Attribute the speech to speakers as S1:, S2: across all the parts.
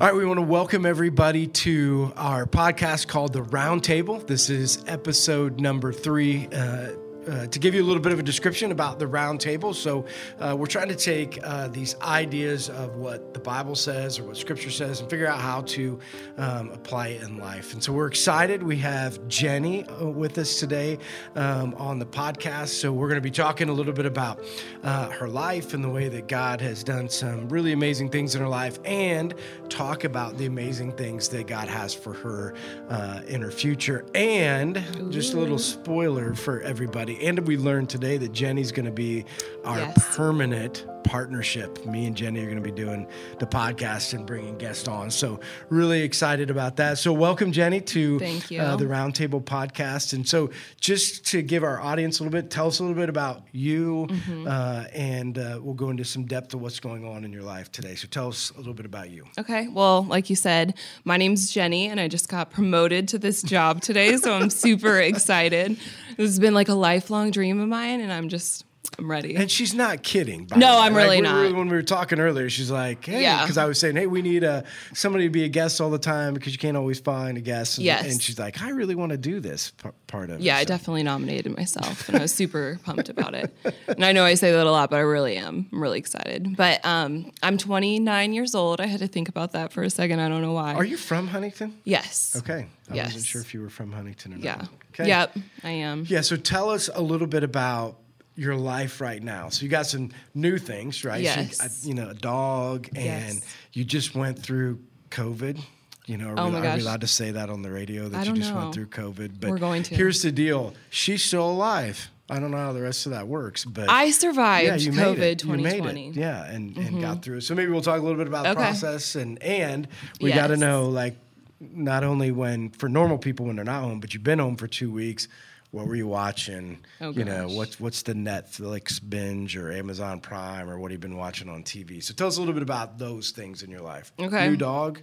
S1: All right, we want to welcome everybody to our podcast called The Roundtable. This is episode number three. Uh, uh, to give you a little bit of a description about the roundtable, so uh, we're trying to take uh, these ideas of what the Bible says or what Scripture says and figure out how to um, apply it in life. And so we're excited. We have Jenny uh, with us today um, on the podcast. So we're going to be talking a little bit about uh, her life and the way that God has done some really amazing things in her life and talk about the amazing things that God has for her uh, in her future. And just a little spoiler for everybody. And we learned today that Jenny's going to be our
S2: Yes.
S1: permanent partnership. Me and Jenny are going to be doing the podcast and bringing guests on. So, really excited about that. So, welcome, Jenny, to
S2: Thank you.
S1: Uh, the Roundtable podcast. And so, just to give our audience a little bit, tell us a little bit about you,
S2: Mm-hmm.
S1: uh, and uh, we'll go into some depth of what's going on in your life today. So, tell us a little bit about you.
S2: Okay. Well, like you said, my name's Jenny, and I just got promoted to this job today, so I'm super excited. This has been like a lifelong dream of mine, and I'm just I'm ready.
S1: And she's not kidding. by
S2: No,
S1: the way.
S2: I'm really
S1: we were-
S2: not.
S1: When we were talking earlier, she's like, "Hey,"
S2: Yeah.
S1: because I was saying, "Hey, we need a somebody to be a guest all the time because you can't always find a guest." And,
S2: Yes.
S1: and she's like, "I really want to do this p- part of it."
S2: yeah, I
S1: So-
S2: definitely nominated myself, and I was super pumped about it. And I know I say that a lot, but I really am. I'm really excited. But um, I'm 29 years old. I had to think about that for a second. I don't know why.
S1: Are you from Huntington?
S2: Yes.
S1: Okay, I wasn't
S2: Yes.
S1: sure if you were from Huntington or not.
S2: Yeah.
S1: Okay.
S2: Yep. I am.
S1: Yeah. So tell us a little bit about your life right now. So you got some new things, right?
S2: Yes.
S1: So you, I- you know, a dog, and
S2: Yes.
S1: you just went through COVID. You know, are,
S2: Oh
S1: we,
S2: my
S1: are we
S2: gosh.
S1: allowed to say that on the radio that
S2: I
S1: you
S2: don't
S1: just
S2: know.
S1: went through COVID? But
S2: We're going to.
S1: Here's the deal: she's still alive. I don't know how the rest of that works, but
S2: I survived
S1: yeah, you
S2: COVID
S1: made it.
S2: 2020.
S1: You made it. Yeah, and, and got through it. So maybe we'll talk a little bit about the
S2: Okay.
S1: process and and we got to
S2: Yes.
S1: know like not only when for normal people when they're not home, but you've been home for two weeks. What were you watching?
S2: Oh,
S1: you know
S2: gosh.
S1: what's what's the Netflix binge or Amazon Prime or what have you been watching on TV? So tell us a little bit about those things in your life.
S2: Okay. Uh,
S1: New dog.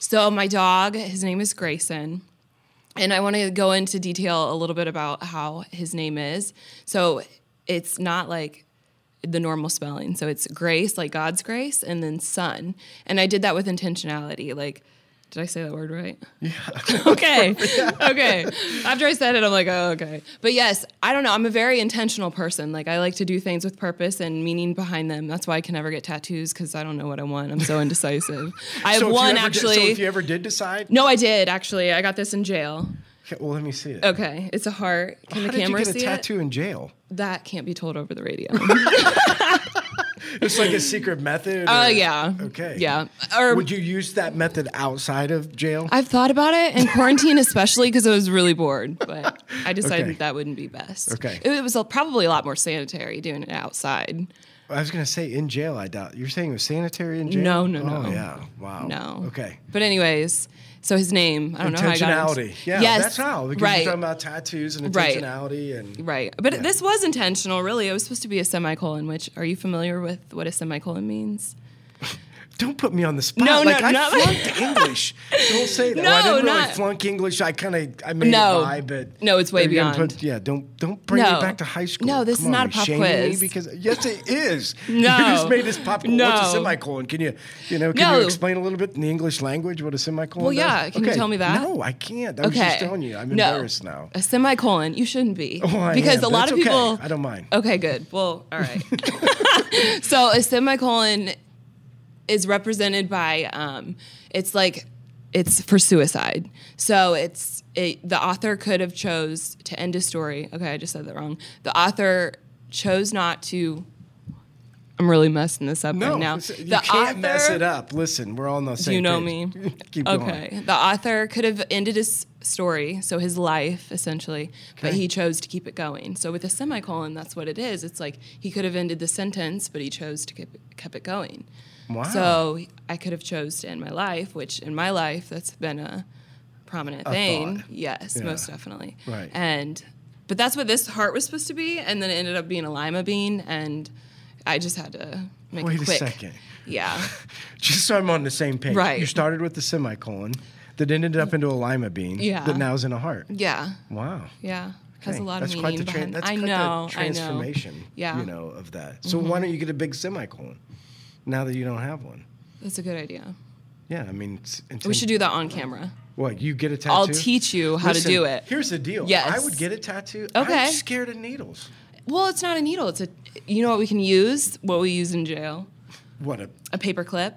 S2: So my dog, his name is Grayson. And I want to go into detail a little bit about how his name is. So it's not like the normal spelling. So it's grace, like God's grace, and then son. And I did that with intentionality. Like, did I say that word right? Yeah. okay. Okay. After I said it, I'm like, oh, okay. But yes, I don't know. I'm a very intentional person. Like, I like to do things with purpose and meaning behind them. That's why I can never get tattoos because I don't know what I want. I'm so indecisive. I have
S1: So if you
S2: one
S1: ever did-
S2: actually.
S1: so if you ever did decide,
S2: No, I did actually. I got this in jail.
S1: Okay, well, let me see it.
S2: Okay, it's a heart. Can
S1: How
S2: Oh, the
S1: did you
S2: camera
S1: get a
S2: see
S1: tattoo in jail?
S2: it? That can't be told over the radio.
S1: It's like a secret method.
S2: Oh
S1: or-
S2: yeah.
S1: Okay.
S2: Yeah. Or
S1: Would you use that method outside of jail?
S2: I've thought about it in quarantine, especially because I was really bored. But I decided
S1: Okay.
S2: that wouldn't be best.
S1: Okay.
S2: It, was a- probably a lot more sanitary doing it outside.
S1: I was gonna say in jail. I doubt you're saying it was sanitary in jail.
S2: No, no,
S1: Oh
S2: no.
S1: yeah. Wow.
S2: No.
S1: Okay.
S2: But anyways, so his name. I don't know how I got.
S1: Intentionality.
S2: him.
S1: Yeah.
S2: Yes.
S1: That's how. Because
S2: Right.
S1: you're talking about tattoos and
S2: Right.
S1: intentionality and
S2: Right. But this was intentional, really. It was supposed to be a semicolon, which are you familiar with what a semicolon means?
S1: don't put me on the spot.
S2: No, no,
S1: like, I
S2: no.
S1: flunked English. Don't say that.
S2: No,
S1: Well, I didn't really
S2: not-
S1: flunk English. I kind of I made
S2: No.
S1: it by, but
S2: No, it's way
S1: Are you gonna
S2: beyond.
S1: Put, yeah. Don't don't bring me
S2: No.
S1: back to high school.
S2: No, this
S1: Come
S2: is not
S1: on,
S2: a pop
S1: you're shaming me
S2: quiz.
S1: because yes, it is. you
S2: No.
S1: just made this pop. What's a
S2: No.
S1: semicolon? Can you you know can
S2: No.
S1: you explain a little bit in the English language what a semicolon?
S2: Well,
S1: does?
S2: yeah. Can you
S1: Okay.
S2: tell me that?
S1: No, I can't. I was just telling you. I'm
S2: No.
S1: embarrassed now.
S2: A semicolon. You shouldn't be.
S1: Oh, I
S2: because
S1: am,
S2: a
S1: but
S2: lot
S1: it's
S2: of
S1: okay.
S2: people.
S1: I don't mind.
S2: Okay, good. Well, all right. so a semicolon is represented by um, it's like it's for suicide. So it's it, the author could have chose to end a story. Okay, I just said that wrong. The author chose not to. I'm really messing this up
S1: No,
S2: right now.
S1: it's- you
S2: the
S1: can't mess
S2: author-
S1: it up. Listen, we're all on the same.
S2: you know
S1: page.
S2: me?
S1: Keep going.
S2: Okay. The author could have ended his story, so his life essentially, but
S1: Okay.
S2: he chose to keep it going. So with a semicolon, that's what it is. It's like he could have ended the sentence, but he chose to keep it, kept it going.
S1: Wow.
S2: So I could have chose to end my life, which in my life that's been a prominent thing.
S1: thought.
S2: Yes,
S1: Yeah.
S2: most definitely.
S1: Right.
S2: And but that's what this heart was supposed to be, and then it ended up being a lima bean, and I just had to make
S1: Wait
S2: it
S1: a
S2: quick.
S1: second.
S2: Yeah.
S1: Just so I'm on the same page.
S2: Right.
S1: You started with the semicolon, that ended up into a lima bean.
S2: Yeah.
S1: That now is in a heart.
S2: Yeah.
S1: Wow.
S2: Yeah. Has a
S1: Okay,
S2: lot
S1: that's
S2: of
S1: quite
S2: meaning
S1: the
S2: behind
S1: that's
S2: I
S1: quite
S2: know,
S1: the
S2: I know.
S1: transformation.
S2: Yeah. Mm-hmm.
S1: You know of that. So why don't you get a big semicolon now that you don't have one?
S2: That's a good idea.
S1: Yeah, I mean, it's, it's
S2: We should do that on camera.
S1: What you get a tattoo?
S2: I'll teach you how to
S1: Listen,
S2: do it.
S1: Here's the deal.
S2: Yes.
S1: I would get a tattoo.
S2: Okay.
S1: I'm scared of needles.
S2: Well, it's not a needle. It's a. You know what we can use? What we use in jail?
S1: What a
S2: A paper clip.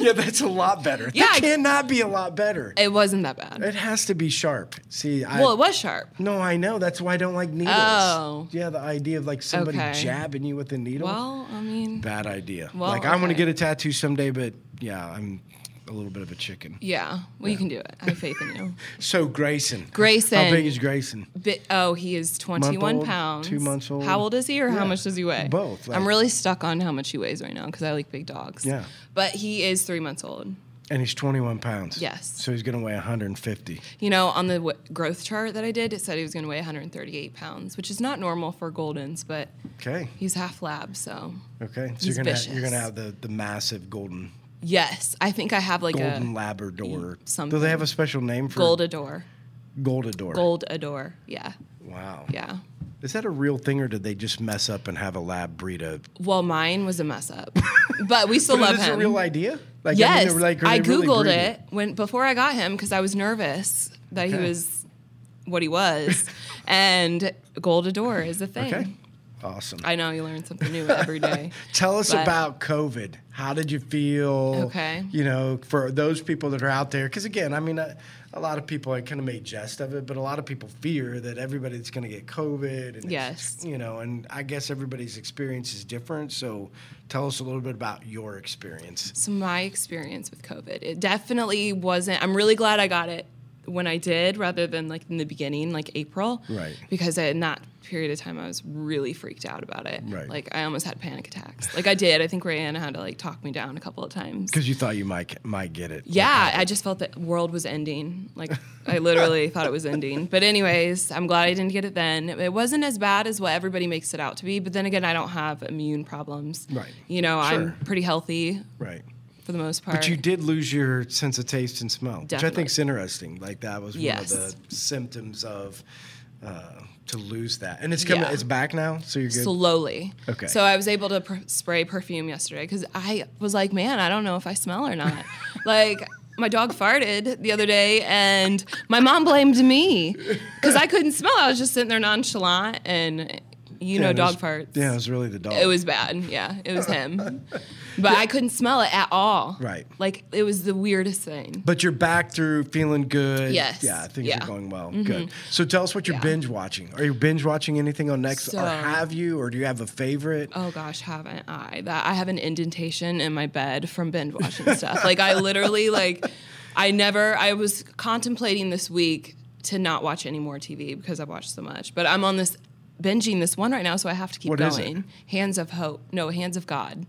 S1: yeah, that's a lot better.
S2: Yeah, I-
S1: that cannot be a lot better.
S2: It wasn't that bad.
S1: It has to be sharp. See, I
S2: Well, it was sharp.
S1: no, I know. That's why I don't like needles.
S2: Oh.
S1: yeah, the idea of like somebody
S2: Okay.
S1: jabbing you with a needle.
S2: Well, I mean,
S1: bad idea.
S2: Well,
S1: like I want
S2: okay.
S1: to get a tattoo someday, but yeah, I'm a little bit of a chicken.
S2: yeah. Well, you can do it. I have faith in you.
S1: So Grayson,
S2: Grayson.
S1: how big is Grayson?
S2: Bi- oh, he is 21
S1: old,
S2: pounds.
S1: two months old.
S2: How old is he or
S1: Yeah,
S2: how much does he weigh?
S1: both, like-
S2: I'm really stuck on how much he weighs right now because I like big dogs.
S1: Yeah.
S2: But he is three months old.
S1: And he's 21 pounds.
S2: Yes.
S1: So he's gonna weigh 150.
S2: You know, on the w- growth chart that I did, it said he was going to weigh 138 pounds, which is not normal for Goldens, but
S1: Okay.
S2: he's half lab. So,
S1: Okay. So
S2: He's
S1: you're gonna you're
S2: vicious.
S1: gonna have the the massive golden
S2: yes, I think I have like
S1: golden
S2: a
S1: Labrador. Do
S2: something.
S1: they have a special name for
S2: gold adore.
S1: Goldador?
S2: Gold adore. Yeah.
S1: Wow.
S2: Yeah.
S1: Is that a real thing, or did they just mess up and have a lab breed a?
S2: Well, mine was a mess up, but we still
S1: But
S2: love
S1: is this
S2: him.
S1: a real idea? Like, I mean,
S2: Yes,
S1: they were like, are
S2: I
S1: they really
S2: googled
S1: breeding?
S2: it when before I got him because I was nervous that he
S1: Okay.
S2: was what he was, and gold adore is a thing.
S1: Okay. Awesome.
S2: Hmm. I know you learn something new every day.
S1: Tell us
S2: But-
S1: about COVID. How did you feel?
S2: Okay.
S1: You know, for those people that are out there, because again, I mean, a, a lot of people, I kind of made jest of it, but a lot of people fear that everybody's going to get COVID. And it's-
S2: Yes.
S1: you know, and I guess everybody's experience is different. So tell us a little bit about your experience.
S2: So my experience with COVID, it definitely wasn't. I'm really glad I got it when I did, rather than like in the beginning, like April,
S1: Right.
S2: Because in that period of time, I was really freaked out about it.
S1: Right.
S2: Like I almost had panic attacks. Like I did. I think Rayanna had to like talk me down a couple of times.
S1: Because you thought you might might get it.
S2: Yeah, I just felt the world was ending. Like I literally thought it was ending. But anyways, I'm glad I didn't get it then. It wasn't as bad as what everybody makes it out to be. But then again, I don't have immune problems.
S1: Right.
S2: You know,
S1: Sure.
S2: I'm pretty healthy
S1: Right.
S2: for the most part.
S1: But you did lose your sense of taste and smell, which I
S2: Definitely.
S1: think is interesting. Like that was
S2: Yes.
S1: one of the symptoms of uh, to lose that, and it's coming.
S2: Yeah.
S1: It's back now, so you're good.
S2: slowly.
S1: Okay.
S2: So I was able to per- spray perfume yesterday because I was like, man, I don't know if I smell or not. like. My dog farted the other day, and my mom blamed me because I couldn't smell. I was just sitting there nonchalant, and you know,
S1: it
S2: dog
S1: was-
S2: farts.
S1: Yeah, it was really the dog.
S2: It was bad. Yeah, it was him. But I couldn't smell it at all.
S1: Right.
S2: Like it was the weirdest thing.
S1: But you're back through feeling good.
S2: Yes.
S1: Yeah, things
S2: Yeah. Mm-hmm.
S1: are going well. Good. So tell us what you're
S2: Yeah.
S1: binge watching. Are you binge watching anything on Netflix,
S2: So-
S1: or have you, or do you have a favorite?
S2: Oh gosh, haven't I? That I have an indentation in my bed from binge watching stuff. Like I literally like I never I was contemplating this week to not watch any more TV because I've watched so much. But I'm on this binging this one right now, so I have to keep
S1: What is it?
S2: going. Hands of Hope. No, Hands of God.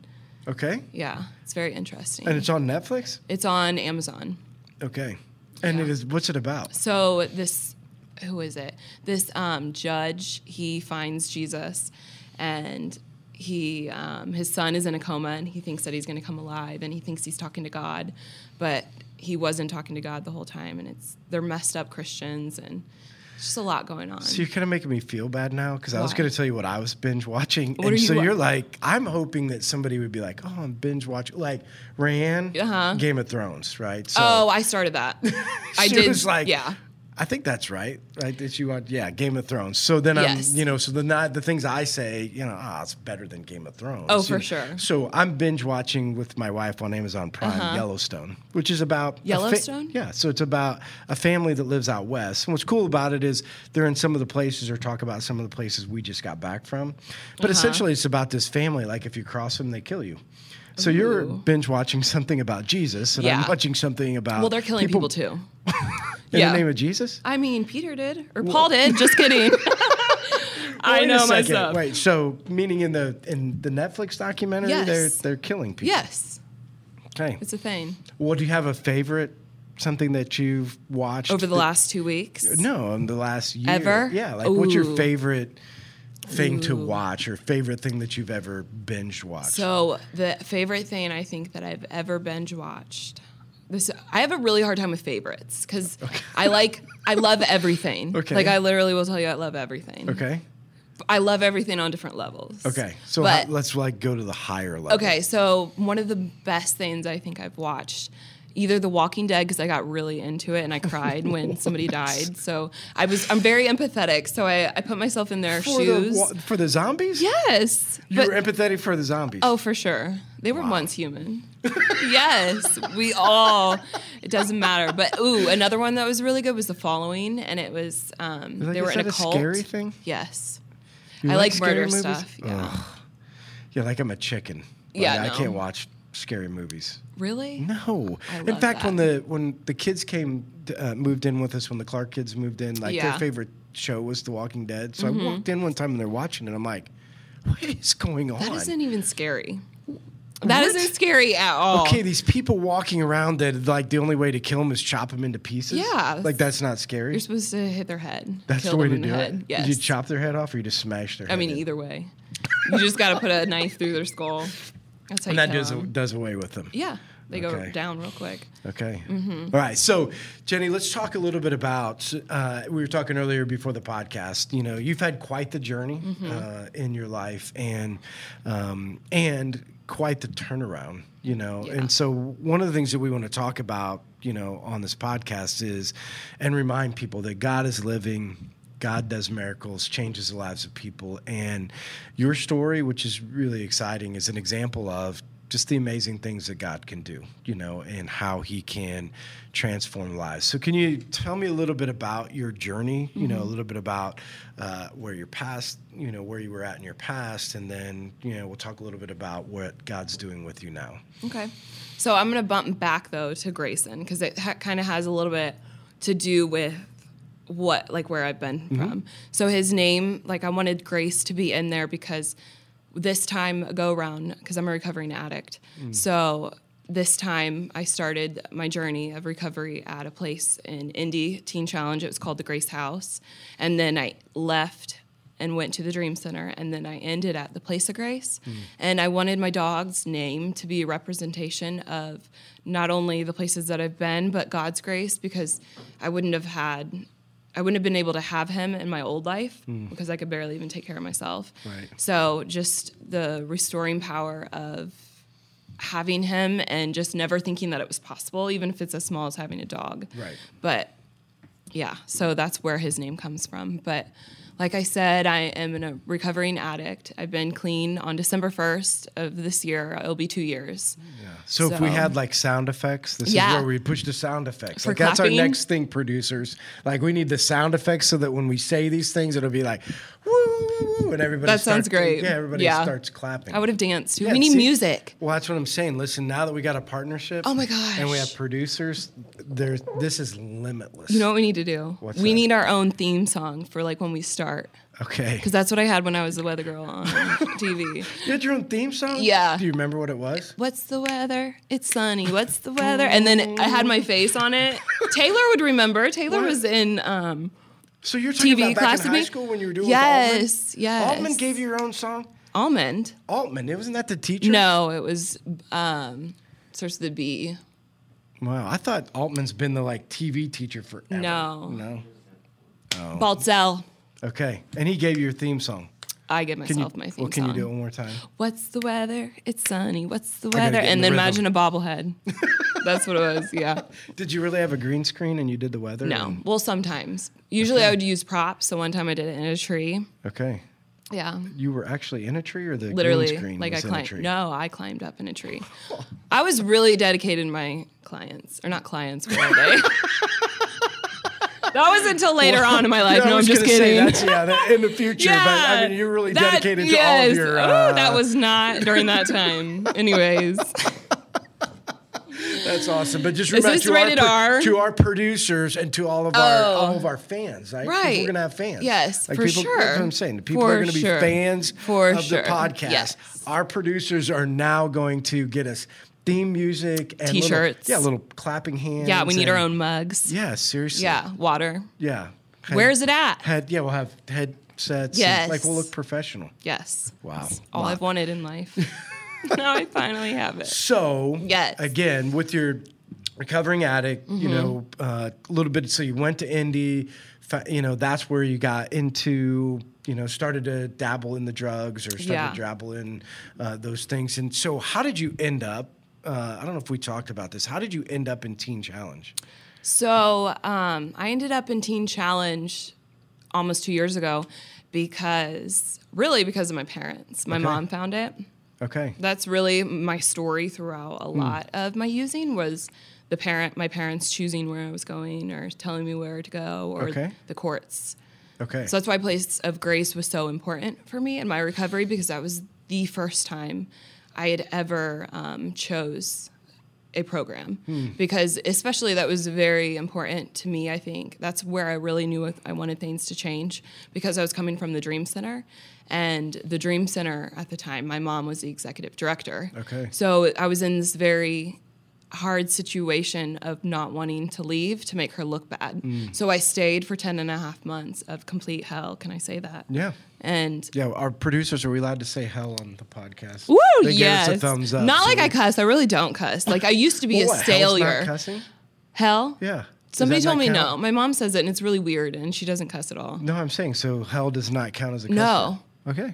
S1: Okay.
S2: Yeah. It's very interesting.
S1: And it's on Netflix.
S2: it's on Amazon.
S1: Okay. And it is. What's it about?
S2: so this who is it this um, judge he finds jesus and he um, his son is in a coma and he thinks that he's going to come alive and he thinks he's talking to god but he wasn't talking to god the whole time and it's they're messed up christians and it's just a lot going on
S1: So you're kind of making me feel bad now because I was
S2: Why?
S1: going to tell you what I was binge watching,
S2: are
S1: and
S2: you
S1: so
S2: wa-
S1: you're like, I'm hoping that somebody would be like, "Oh, I'm binge watching," like Rayanne,
S2: Uh-huh.
S1: Game of Thrones, right? So
S2: oh i started that i
S1: she
S2: did
S1: was like,
S2: yeah
S1: I think that's right, right? That you want, yeah, Game of Thrones. So then
S2: Yes.
S1: I'm, you know, so the not the things I say, you know, ah, it's better than Game of Thrones.
S2: Oh,
S1: you
S2: for
S1: know.
S2: sure.
S1: So I'm binge watching with my wife on Amazon Prime Yellowstone, which is about a fa-
S2: Uh-huh. Yellowstone?
S1: yeah, so it's about a family that lives out west. And what's cool about it is they're in some of the places or talk about some of the places we just got back from. But
S2: Uh-huh.
S1: essentially, it's about this family. Like if you cross them, they kill you. So you're
S2: Ooh.
S1: binge watching something about Jesus, and I'm
S2: Yeah.
S1: watching something about
S2: well they're killing people, too
S1: in
S2: yeah.
S1: the name of Jesus.
S2: i mean peter did or paul did just kidding i
S1: Wait a
S2: know
S1: second.
S2: myself
S1: Wait, so meaning in the in the Netflix documentary,
S2: Yes.
S1: they're they're killing people.
S2: yes
S1: Okay.
S2: it's a thing
S1: Well, do you have a favorite something that you've watched
S2: over the
S1: that-
S2: last two weeks.
S1: No, in the last year.
S2: Ever?
S1: Yeah. Like, what's your
S2: Ooh.
S1: favorite thing to watch or favorite thing that you've ever binge watched?
S2: So the favorite thing I think that I've ever binge watched. This I have a really hard time with favorites because I like I love everything.
S1: Okay.
S2: Like I literally will tell you I love everything.
S1: okay.
S2: I love everything on different levels.
S1: Okay, so
S2: But-
S1: ho- let's like go to the higher level.
S2: Okay, so one of the best things I think I've watched, either The Walking Dead because I got really into it and I cried when somebody died. So I was I'm very empathetic. So I, I put myself in their
S1: for
S2: shoes.
S1: the wa- for the zombies.
S2: yes,
S1: you
S2: but-
S1: were empathetic for the zombies.
S2: oh for sure, they were once human. yes, we all. It doesn't matter. But ooh, another one that was really good was The Following, and it was um,
S1: Like,
S2: they
S1: is
S2: were in
S1: that
S2: a
S1: a
S2: cult.
S1: scary thing?
S2: Yes,
S1: You
S2: I like,
S1: scary
S2: murder
S1: movies? Oh.
S2: stuff. Yeah.
S1: Yeah, like I'm a chicken. Like,
S2: Yeah,
S1: I
S2: no.
S1: can't watch scary movies.
S2: Really?
S1: No.
S2: I
S1: In
S2: love
S1: fact,
S2: that.
S1: when the when the kids came uh, moved in with us, when the Clark kids moved in, like
S2: Yeah. Mm-hmm.
S1: their favorite show was The Walking Dead. So I walked in one time and they're watching it. I'm like, what is going on?
S2: That isn't even scary. That
S1: What?
S2: not scary at all.
S1: okay, these people walking around that like the only way to kill them is chop them into pieces.
S2: Yeah.
S1: like that's not scary.
S2: You're supposed to hit their head.
S1: that's
S2: kill
S1: the way
S2: them
S1: to
S2: in
S1: do
S2: head.
S1: it.
S2: Yes.
S1: Did you chop their head off or you just smash their?
S2: I
S1: head
S2: mean, e-,
S1: in?
S2: either way. You just got to put a knife through their skull. That's
S1: And
S2: how you
S1: that
S2: kill
S1: does
S2: 'em.
S1: does away with them.
S2: Yeah. They
S1: Okay.
S2: go down real quick.
S1: Okay. All right. So, Jenny, let's talk a little bit about. Uh, we were talking earlier before the podcast. You know, you've had quite the journey uh, in your life, and um, and quite the turnaround. You know,
S2: Yeah.
S1: and so one of the things that we want to talk about, you know, on this podcast is, and remind people that God is living. God does miracles, changes the lives of people, and your story, which is really exciting, is an example of just the amazing things that God can do, you know, and how He can transform lives. So, can you tell me a little bit about your journey? You know, a little bit about uh, where your past, you know, where you were at in your past, and then you know, we'll talk a little bit about what God's doing with you now.
S2: Okay. So I'm going to bump back, though, to Grayson because it ha- kind of has a little bit to do with what, like, where I've been from. So his name, like, I wanted Grace to be in there because this time go around, because I'm a recovering addict. So this time I started my journey of recovery at a place in Indy Teen Challenge. It was called the Grace House. And then I left and went to the Dream Center. And then I ended at the Place of Grace. And I wanted my dog's name to be a representation of not only the places that I've been, but God's grace, because I wouldn't have had. I wouldn't have been able to have him in my old life because I could barely even take care of myself.
S1: Right.
S2: So, just the restoring power of having him and just never thinking that it was possible, even if it's as small as having a dog.
S1: Right.
S2: But yeah, so that's where his name comes from. But like I said, I am in a recovering addict. I've been clean on December 1st of this year. It'll be two years.
S1: So, if we
S2: So-
S1: had like sound effects, this is
S2: Yeah.
S1: where we push the sound effects.
S2: For
S1: like that's our
S2: clapping?
S1: next thing, producers. Like we need the sound effects so that when we say these things, it'll be like woo, woo, woo, and everybody.
S2: That sounds
S1: starts-
S2: great.
S1: Yeah, everybody
S2: Yeah.
S1: starts clapping.
S2: I would have danced.
S1: Yeah,
S2: we need
S1: see-
S2: music.
S1: Well, that's what I'm saying. Listen, now that we got a partnership,
S2: Oh my gosh.
S1: and we have producers, there this is limitless.
S2: You know what we need to do?
S1: What's
S2: we
S1: that?
S2: need our own theme song for like when we start.
S1: okay.
S2: Because that's what I had when I was the weather girl on TV.
S1: You had your own theme song.
S2: Yeah.
S1: Do you remember what it was?
S2: What's the weather? It's sunny. What's the weather? And then I had my face on it. Taylor would remember. Taylor was in um,
S1: So you're talking
S2: TV
S1: about back
S2: class
S1: in
S2: with
S1: high
S2: me.
S1: school when you were doing with
S2: yes,
S1: Altman?
S2: yes.
S1: Altman gave you your own song.
S2: almond.
S1: Altman, wasn't that the teacher?
S2: No, it was um, starts with a B.
S1: Wow, I thought Altman's been the like TV teacher forever.
S2: No.
S1: No. Oh.
S2: Baltzell.
S1: Okay, and he gave you your theme song.
S2: I give
S1: Can you,
S2: myself my theme
S1: well, can
S2: song.
S1: you do it one more time?
S2: What's the weather? It's sunny. What's the
S1: gotta
S2: weather?
S1: get in
S2: And
S1: the
S2: then
S1: rhythm.
S2: imagine a bobblehead. That's what it was. Yeah.
S1: Did you really have a green screen and you did the weather?
S2: No.
S1: And-
S2: Well, sometimes. Usually I would use props. So one time I did it in a tree.
S1: Okay.
S2: Yeah.
S1: You were actually in a tree, or the green
S2: literally
S1: screen
S2: like I
S1: was in a
S2: climbed.
S1: tree?
S2: No, I climbed up in a tree. I was really dedicated to my clients, or not clients, what are they? that was until later on in my life.
S1: Yeah, I
S2: no, I'm
S1: was
S2: just
S1: gonna say
S2: kidding.
S1: that's yeah, that, in the future. but I mean, you're really
S2: that-
S1: dedicated to all
S2: yes.
S1: of your.
S2: Ooh,
S1: Uh,
S2: that was not during that time. Anyways,
S1: that's awesome. But just
S2: Is
S1: remember
S2: this
S1: to,
S2: rated
S1: our, pro-
S2: R?
S1: to our producers and to all of our
S2: Oh.
S1: all of our fans, right? 'Cause We're
S2: Right.
S1: gonna have fans.
S2: Yes,
S1: like
S2: for
S1: people, That's what
S2: sure.
S1: I'm saying. The People
S2: For
S1: are gonna be
S2: sure.
S1: fans
S2: For
S1: of
S2: sure.
S1: the podcast.
S2: Yes.
S1: Our producers are now going to get us theme music and little-
S2: T-shirts.
S1: yeah, little clapping hands.
S2: yeah, we need our
S1: and-
S2: own mugs.
S1: Yeah, seriously.
S2: Yeah, water.
S1: Yeah. Head-
S2: Where is it at?
S1: Head. Yeah, we'll have headsets. and,
S2: Yes.
S1: Like we'll look professional.
S2: Yes.
S1: Wow.
S2: It's all
S1: Wow.
S2: I've wanted in life. now I finally have it.
S1: So
S2: Yes. Mm-hmm.
S1: again, uh, with your recovering addict, you know, a little bit. So you went to Indy, fa- you know, that's where you got into, you know, started to dabble in the drugs or started
S2: Yeah.
S1: to dabble in uh, those things. And so, how did you end up? Uh, I don't know if we talked about this. How did you end up in Teen Challenge?
S2: So um, I ended up in Teen Challenge almost two years ago because, really, because of my parents. My
S1: Okay.
S2: mom found it.
S1: Okay.
S2: That's really my story throughout
S1: Hmm.
S2: a lot of my using was the parent, my parents choosing where I was going or telling me where to go or
S1: Okay.
S2: the courts.
S1: Okay.
S2: So that's why Place of Grace was so important for me in my recovery because that was the first time I had ever um, chose a program
S1: Hmm.
S2: because especially that was very important to me. I think that's where I really knew if I wanted things to change because I was coming from the Dream Center and the Dream Center at the time, my mom was the executive director.
S1: Okay.
S2: So I was in this very hard situation of not wanting to leave to make her look bad.
S1: Mm.
S2: So I stayed for 10 and a half months of complete hell. Can I say that?
S1: yeah.
S2: And
S1: Yeah, our producers are we allowed to say hell on the podcast?
S2: woo,
S1: they
S2: yes.
S1: gave us a thumbs up.
S2: Not
S1: so
S2: like
S1: we-
S2: I cuss. I really don't cuss. Like I used to be
S1: Well,
S2: a
S1: what, hell's not
S2: sailor.
S1: Cussing?
S2: Hell?
S1: Yeah. Does
S2: Somebody
S1: that not
S2: told me
S1: count? Mm.
S2: no. My mom says it and it's really weird and she doesn't cuss at all.
S1: No, I'm saying so. Hell does not count as a cuss
S2: No.
S1: word. Okay.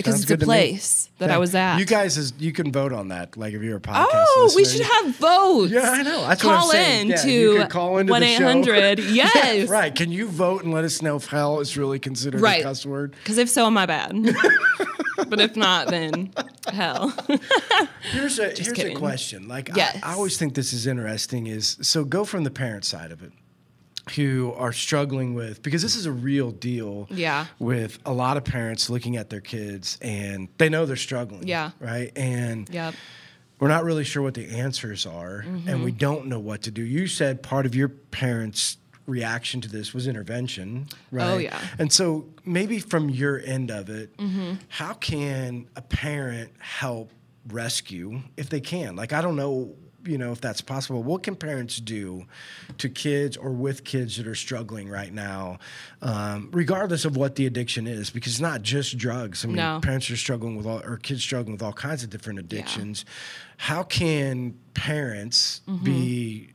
S1: Sounds
S2: Because it's
S1: good to me.
S2: a place that I
S1: Yeah.
S2: was at.
S1: You guys, is you can vote on that. Like if you're a podcast.
S2: Oh, we
S1: listener,
S2: should
S1: you-
S2: have votes.
S1: Yeah, I know. That's
S2: call
S1: what I'm saying.
S2: in
S1: Yeah,
S2: to
S1: you could call into the show.
S2: 1-800. Yes.
S1: Right? Can you vote and let us know if hell is really considered
S2: Right.
S1: a cuss word?
S2: Because if so, my bad. but if not, then hell.
S1: Here's a here's
S2: kidding.
S1: a question. Like I-
S2: Yes.
S1: I, always think this is interesting. Is so go from the parent side of it, who are struggling with because this is a real deal.
S2: Yeah.
S1: With a lot of parents looking at their kids and they know they're struggling.
S2: Yeah.
S1: Right. And
S2: yep.
S1: we're not really sure what the answers are, and
S2: Mm-hmm.
S1: we don't know what to do. You said part of your parents' reaction to this was intervention, right?
S2: Oh, yeah. Mm-hmm.
S1: And so maybe from your end of it, how can a parent help rescue if they can? Like I don't know, you know, if that's possible. What can parents do to kids or with kids that are struggling right now, um, regardless of what the addiction is? Because it's not just drugs. I mean,
S2: No.
S1: parents are struggling with all, or kids struggling with all kinds of different addictions. How can parents
S2: Mm-hmm.
S1: be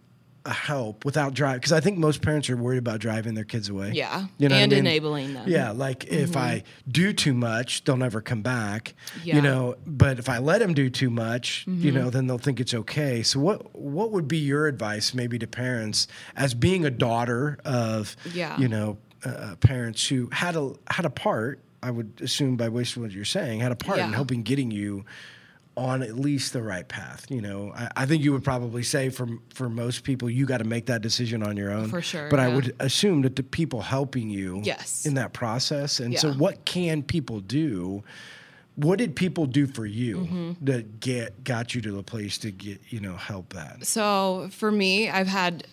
S1: a help without drive? Because I think most parents are worried about driving their kids away.
S2: Yeah.
S1: You know what I
S2: and
S1: mean?
S2: enabling them. Mm-hmm.
S1: Yeah, like if I do too much, they'll never come back.
S2: Yeah. Mm-hmm.
S1: You know, but if I let them do too much, you know, then they'll think it's okay. So what what would be your advice maybe to parents as being a daughter of
S2: Yeah.
S1: you know, uh, parents who had a had a part, I would assume by based on what you're saying, had a part in
S2: Yeah.
S1: helping getting you on at least the right path. You know, I, I think you would probably say for for most people, you got to make that decision on your own.
S2: For sure,
S1: But I
S2: yeah.
S1: would assume that the people helping you
S2: Yes.
S1: in that process and so
S2: Yeah.
S1: what can people do what did people do for you
S2: Mm-hmm.
S1: that get got you to the place to get you know help that
S2: So for me, I've had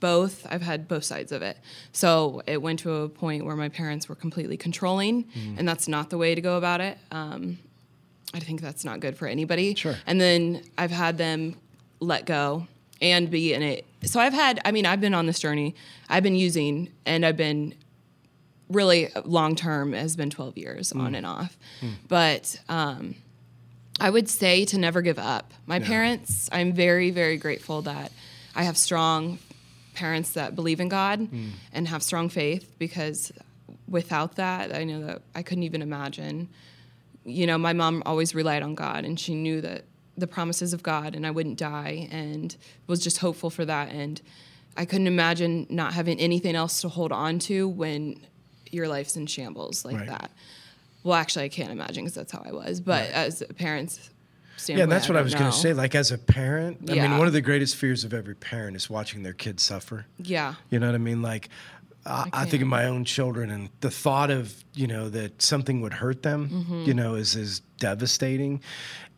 S2: both. I've had both sides of it. So it went to a point where my parents were completely controlling, and that's not the way to go about it. Um, I think that's not good for anybody.
S1: Sure.
S2: And then I've had them let go and be in it. So I've had. I mean, I've been on this journey. I've been using, and I've been really uh, long term has been 12 years on and off. But I would say to never give up. My parents, I'm very, very grateful that I have strong parents that believe in God and have strong faith because without that, I know that I couldn't even imagine. You know, my mom always relied on God and she knew that the promises of God and I wouldn't die and was just hopeful for that. And I couldn't imagine not having anything else to hold on to when your life's in shambles like
S1: Right.
S2: that. Well, actually, I can't imagine because that's how I was. But as a parent's standpoint,
S1: yeah and that's what i was
S2: going
S1: going to say like as a parent i mean
S2: Yeah.
S1: one of the greatest fears of every parent is watching their kids suffer
S2: Yeah,
S1: You know what I mean? Like, I, I think of my own children, and the thought of you know that something would hurt them,
S2: Mm-hmm.
S1: you know, is is devastating.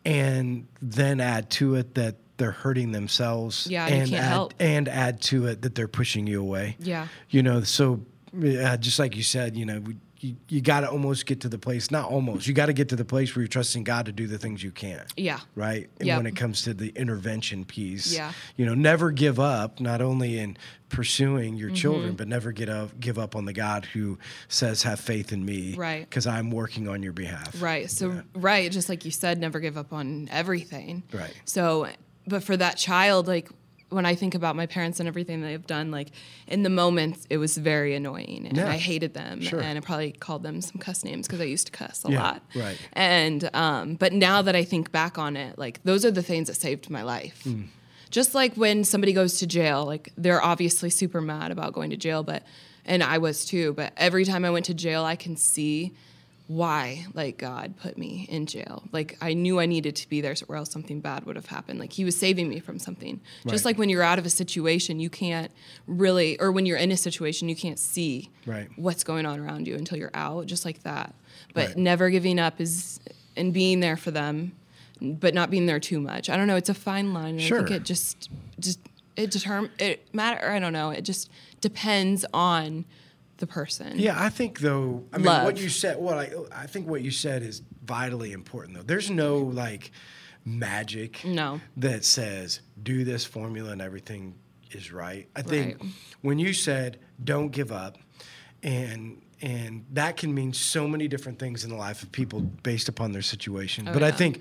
S1: And then add to it that they're hurting themselves.
S2: Yeah, you
S1: and
S2: can't
S1: add,
S2: help.
S1: And add to it that they're pushing you away.
S2: Yeah.
S1: You know, so uh, just like you said, you know. We, you, you got to almost get to the place, not almost, you got to get to the place where you're trusting God to do the things you can't
S2: yeah,
S1: right? And
S2: Yep.
S1: when it comes to the intervention piece,
S2: Yeah.
S1: you know, never give up, not only in pursuing your
S2: Mm-hmm.
S1: children, but never get up, give up on the God who says, have faith in me.
S2: Right.
S1: Because I'm working on your behalf.
S2: right. So right, just like you said, never give up on everything.
S1: Right.
S2: So, but for that child, like when I think about my parents and everything they've done, like in the moment, it was very annoying, and
S1: Yeah.
S2: I hated them,
S1: Sure.
S2: and I probably called them some cuss names because I used to cuss a
S1: Yeah,
S2: lot.
S1: right.
S2: And um, but now that I think back on it, like those are the things that saved my life.
S1: Mm.
S2: Just like when somebody goes to jail, like they're obviously super mad about going to jail, but and I was too. But every time I went to jail, I can see why like god put me in jail like i knew i needed to be there or else something bad would have happened like he was saving me from something just
S1: Right.
S2: like when you're out of a situation you can't really or when you're in a situation you can't see
S1: Right.
S2: what's going on around you until you're out just like that but
S1: Right.
S2: never giving up is and being there for them but not being there too much i don't know it's a fine line and i
S1: Sure.
S2: think it just just it determ it matter i don't know it just depends on the person
S1: Yeah, I think though. I mean, what
S2: Love.
S1: you said. What I I think what you said is vitally important though. There's no like magic.
S2: No.
S1: That says do this formula and everything is right. I think
S2: Right.
S1: when you said don't give up, and and that can mean so many different things in the life of people based upon their situation. but I
S2: Oh, yeah.
S1: think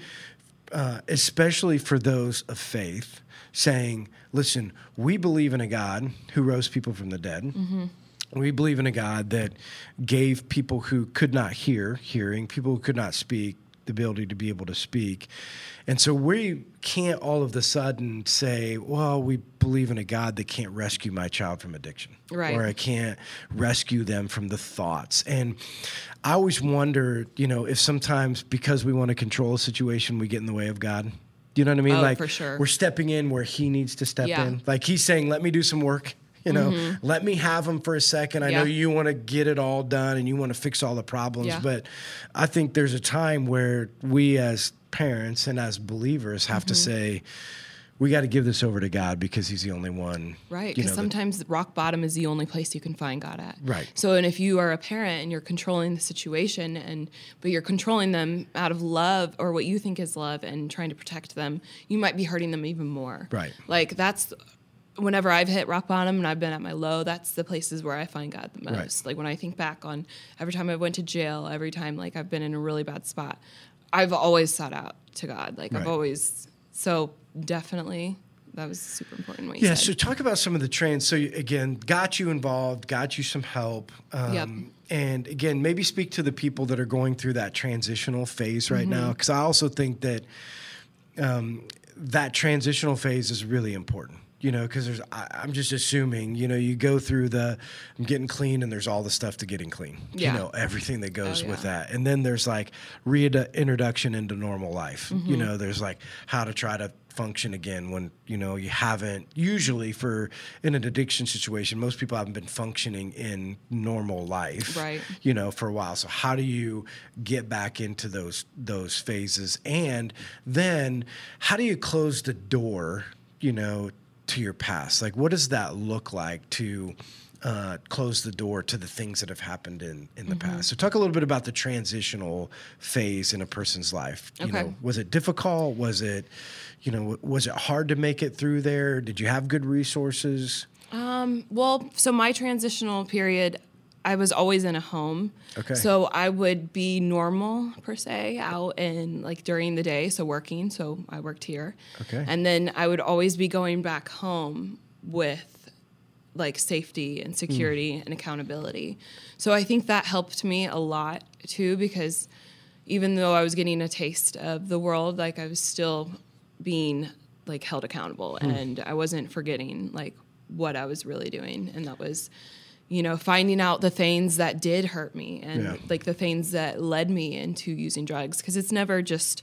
S1: uh, especially for those of faith, saying, listen, we believe in a God who rose people from the dead.
S2: Mm-hmm.
S1: We believe in a God that gave people who could not hear hearing, people who could not speak, the ability to be able to speak. And so we can't all of the sudden say, well, we believe in a God that can't rescue my child from addiction.
S2: Right.
S1: Or I can't rescue them from the thoughts. And I always wonder, you know, if sometimes because we want to control a situation, we get in the way of God. You know what I mean?
S2: Oh,
S1: like
S2: for sure.
S1: we're stepping in where He needs to step
S2: Yeah.
S1: in. Like He's saying, "Let me do some work." You know, let me have them for a second. I know
S2: Mm-hmm. Yeah.
S1: you want to get it all done and you want to fix all the problems,
S2: Yeah.
S1: but I think there's a time where we as parents and as believers have to
S2: Mm-hmm.
S1: say, we got to give this over to God because He's the only one.
S2: Right,
S1: you
S2: because
S1: know, that-
S2: sometimes rock bottom is the only place you can find God at.
S1: Right.
S2: So, and if you are a parent and you're controlling the situation, and but you're controlling them out of love or what you think is love, and trying to protect them, you might be hurting them even more.
S1: Right.
S2: Like that's whenever I've hit rock bottom and I've been at my low, that's the places where I find God the most. Like when I think back on every time I went to jail, every time like I've been in a really bad spot, I've always sought out to God. Like
S1: Right.
S2: I've always so definitely. That was super important. What you
S1: Yeah,
S2: said.
S1: so talk about some of the trends. So, you- again, got you involved, got you some help. Um,
S2: Yep.
S1: And again, maybe speak to the people that are going through that transitional phase
S2: Mm-hmm.
S1: right now, because I also think that um, that transitional phase is really important. You know, because there's, I, I'm just assuming, you know, you go through the, I'm getting clean, and there's all the stuff to getting clean.
S2: Yeah.
S1: You know, everything that goes
S2: Oh,
S1: with
S2: yeah.
S1: that. And then there's like reintroduction into normal life.
S2: Mm-hmm.
S1: You know, there's like how to try to function again when, you know, you haven't, usually for in an addiction situation, most people haven't been functioning in normal life
S2: Right.
S1: you know for a while so how do you get back into those those phases and then how do you close the door you know to your past like what does that look like to uh, close the door to the things that have happened in in the past so talk a little bit about the transitional phase in a person's life you
S2: Okay.
S1: know was it difficult was it you know w- was it hard to make it through there did you have good resources
S2: Well, so my transitional period, I was always in a home.
S1: Okay.
S2: So I would be normal per se out in like during the day, so working. So I worked here.
S1: Okay.
S2: And then I would always be going back home with like safety and security
S1: Hmm.
S2: and accountability. So I think that helped me a lot too because even though I was getting a taste of the world, like I was still being like held accountable
S1: Hmm.
S2: and I wasn't forgetting like what I was really doing and that was you know finding out the things that did hurt me and
S1: Yeah.
S2: like the things that led me into using drugs because it's never just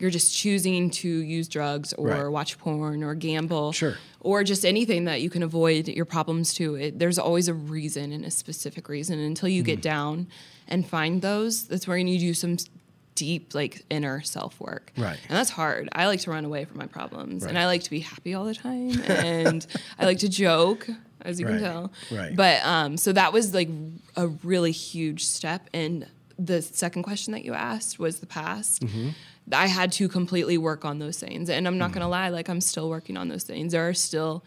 S2: you're just choosing to use drugs or
S1: Right.
S2: watch porn or gamble
S1: Sure.
S2: or just anything that you can avoid your problems to. It, there's always a reason and a specific reason. Until you
S1: Mm.
S2: get down and find those, that's where you need to do some s- deep, like inner self work.
S1: Right.
S2: And that's hard. I like to run away from my problems, and
S1: Right.
S2: I like to be happy all the time, and I like to joke, as you
S1: Right.
S2: can tell.
S1: Right.
S2: But um, so that was like a really huge step. And the second question that you asked was the past.
S1: Mm-hmm.
S2: I had
S1: Mm-hmm.
S2: to completely work on those things. And I'm not going to lie, like, I'm still working on those things. There are still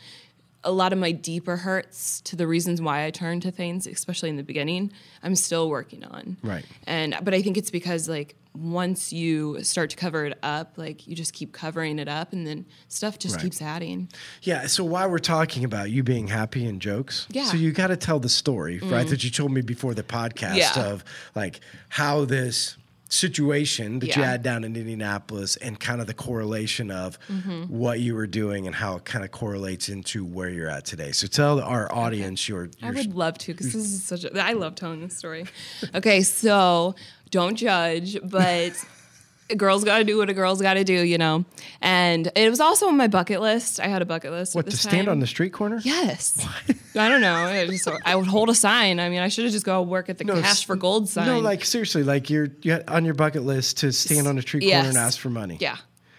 S2: a lot of my deeper hurts to the reasons why I turn to things, especially in the beginning, I'm still working on.
S1: Right.
S2: And but I think it's because like once you start to cover it up, like you just keep covering it up and then stuff just
S1: Right.
S2: keeps adding.
S1: Yeah. So while we're talking about you being happy and jokes,
S2: Yeah. Mm-hmm.
S1: So you got to tell the story, right? That you told me before the podcast
S2: Yeah.
S1: of like how this situation that you
S2: Yeah.
S1: had down in Indianapolis and kind of the correlation of
S2: Mm-hmm.
S1: what you were doing and how it kind of correlates into where you're at today. So tell our audience your,
S2: I
S1: your
S2: would love to because this is such a I love telling this story. Okay, so don't judge, but a girl's got to do what a girl's got to do, you know. And it was also on my bucket list. I had a bucket list.
S1: what
S2: at
S1: to
S2: this
S1: stand
S2: time.
S1: on the street corner.
S2: Yes. I don't know. I, just, I would hold a sign. I mean, I should have just go work at the
S1: No,
S2: cash
S1: s-
S2: for gold sign.
S1: No, like seriously, like you're, you had on your bucket list to stand on a street corner and
S2: Yes.
S1: ask for money.
S2: yeah,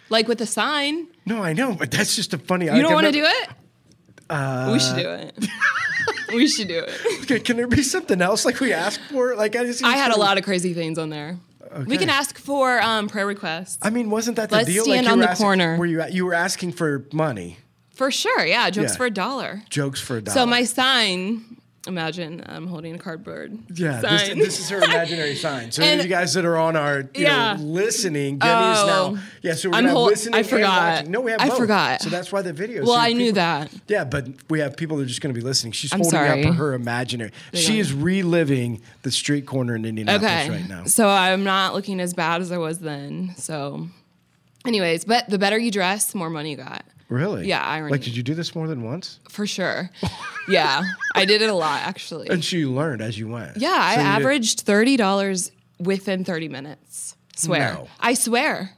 S2: like with a sign. You
S1: No, I know, but that's just a funny.
S2: don't want to do it?
S1: Uh,
S2: we should do it. we should do it.
S1: Can, can there be something else like we asked for? Like I just
S2: I had a lot of crazy things on there. We can ask for um, prayer requests
S1: I mean, wasn't that the
S2: Let's
S1: deal?
S2: stand
S1: you
S2: on
S1: were
S2: the
S1: asking-
S2: corner.
S1: Were you you were asking for money?
S2: for sure. Yeah, jokes
S1: Yeah.
S2: for a dollar.
S1: Jokes for a dollar.
S2: So my sign. Imagine I'm holding a cardboard
S1: yeah, this,
S2: sign.
S1: this is her imaginary sign. So
S2: And-
S1: you guys that are on our you
S2: Yeah.
S1: know listening, Denny
S2: Oh.
S1: is now yeah. So we're
S2: I'm
S1: gonna have
S2: hol-
S1: listening.
S2: I
S1: and
S2: forgot.
S1: watching. No, we have.
S2: I
S1: both.
S2: forgot.
S1: So that's why the video.
S2: well,
S1: so
S2: I knew
S1: people-
S2: that.
S1: Yeah, but we have people that are just going to be listening. She's
S2: I'm
S1: holding up
S2: sorry.
S1: her imaginary. She is reliving the street corner in Indianapolis
S2: okay.
S1: right now.
S2: So I'm not looking as bad as I was then. So, anyways, but the better you dress, the more money you got.
S1: Really?
S2: Yeah, irony.
S1: Like, did you do this more than once?
S2: For sure. yeah. I did it a lot, actually.
S1: And she learned as you went.
S2: yeah. I
S1: So you did-
S2: averaged $30 within 30 minutes. Swear.
S1: No.
S2: I swear.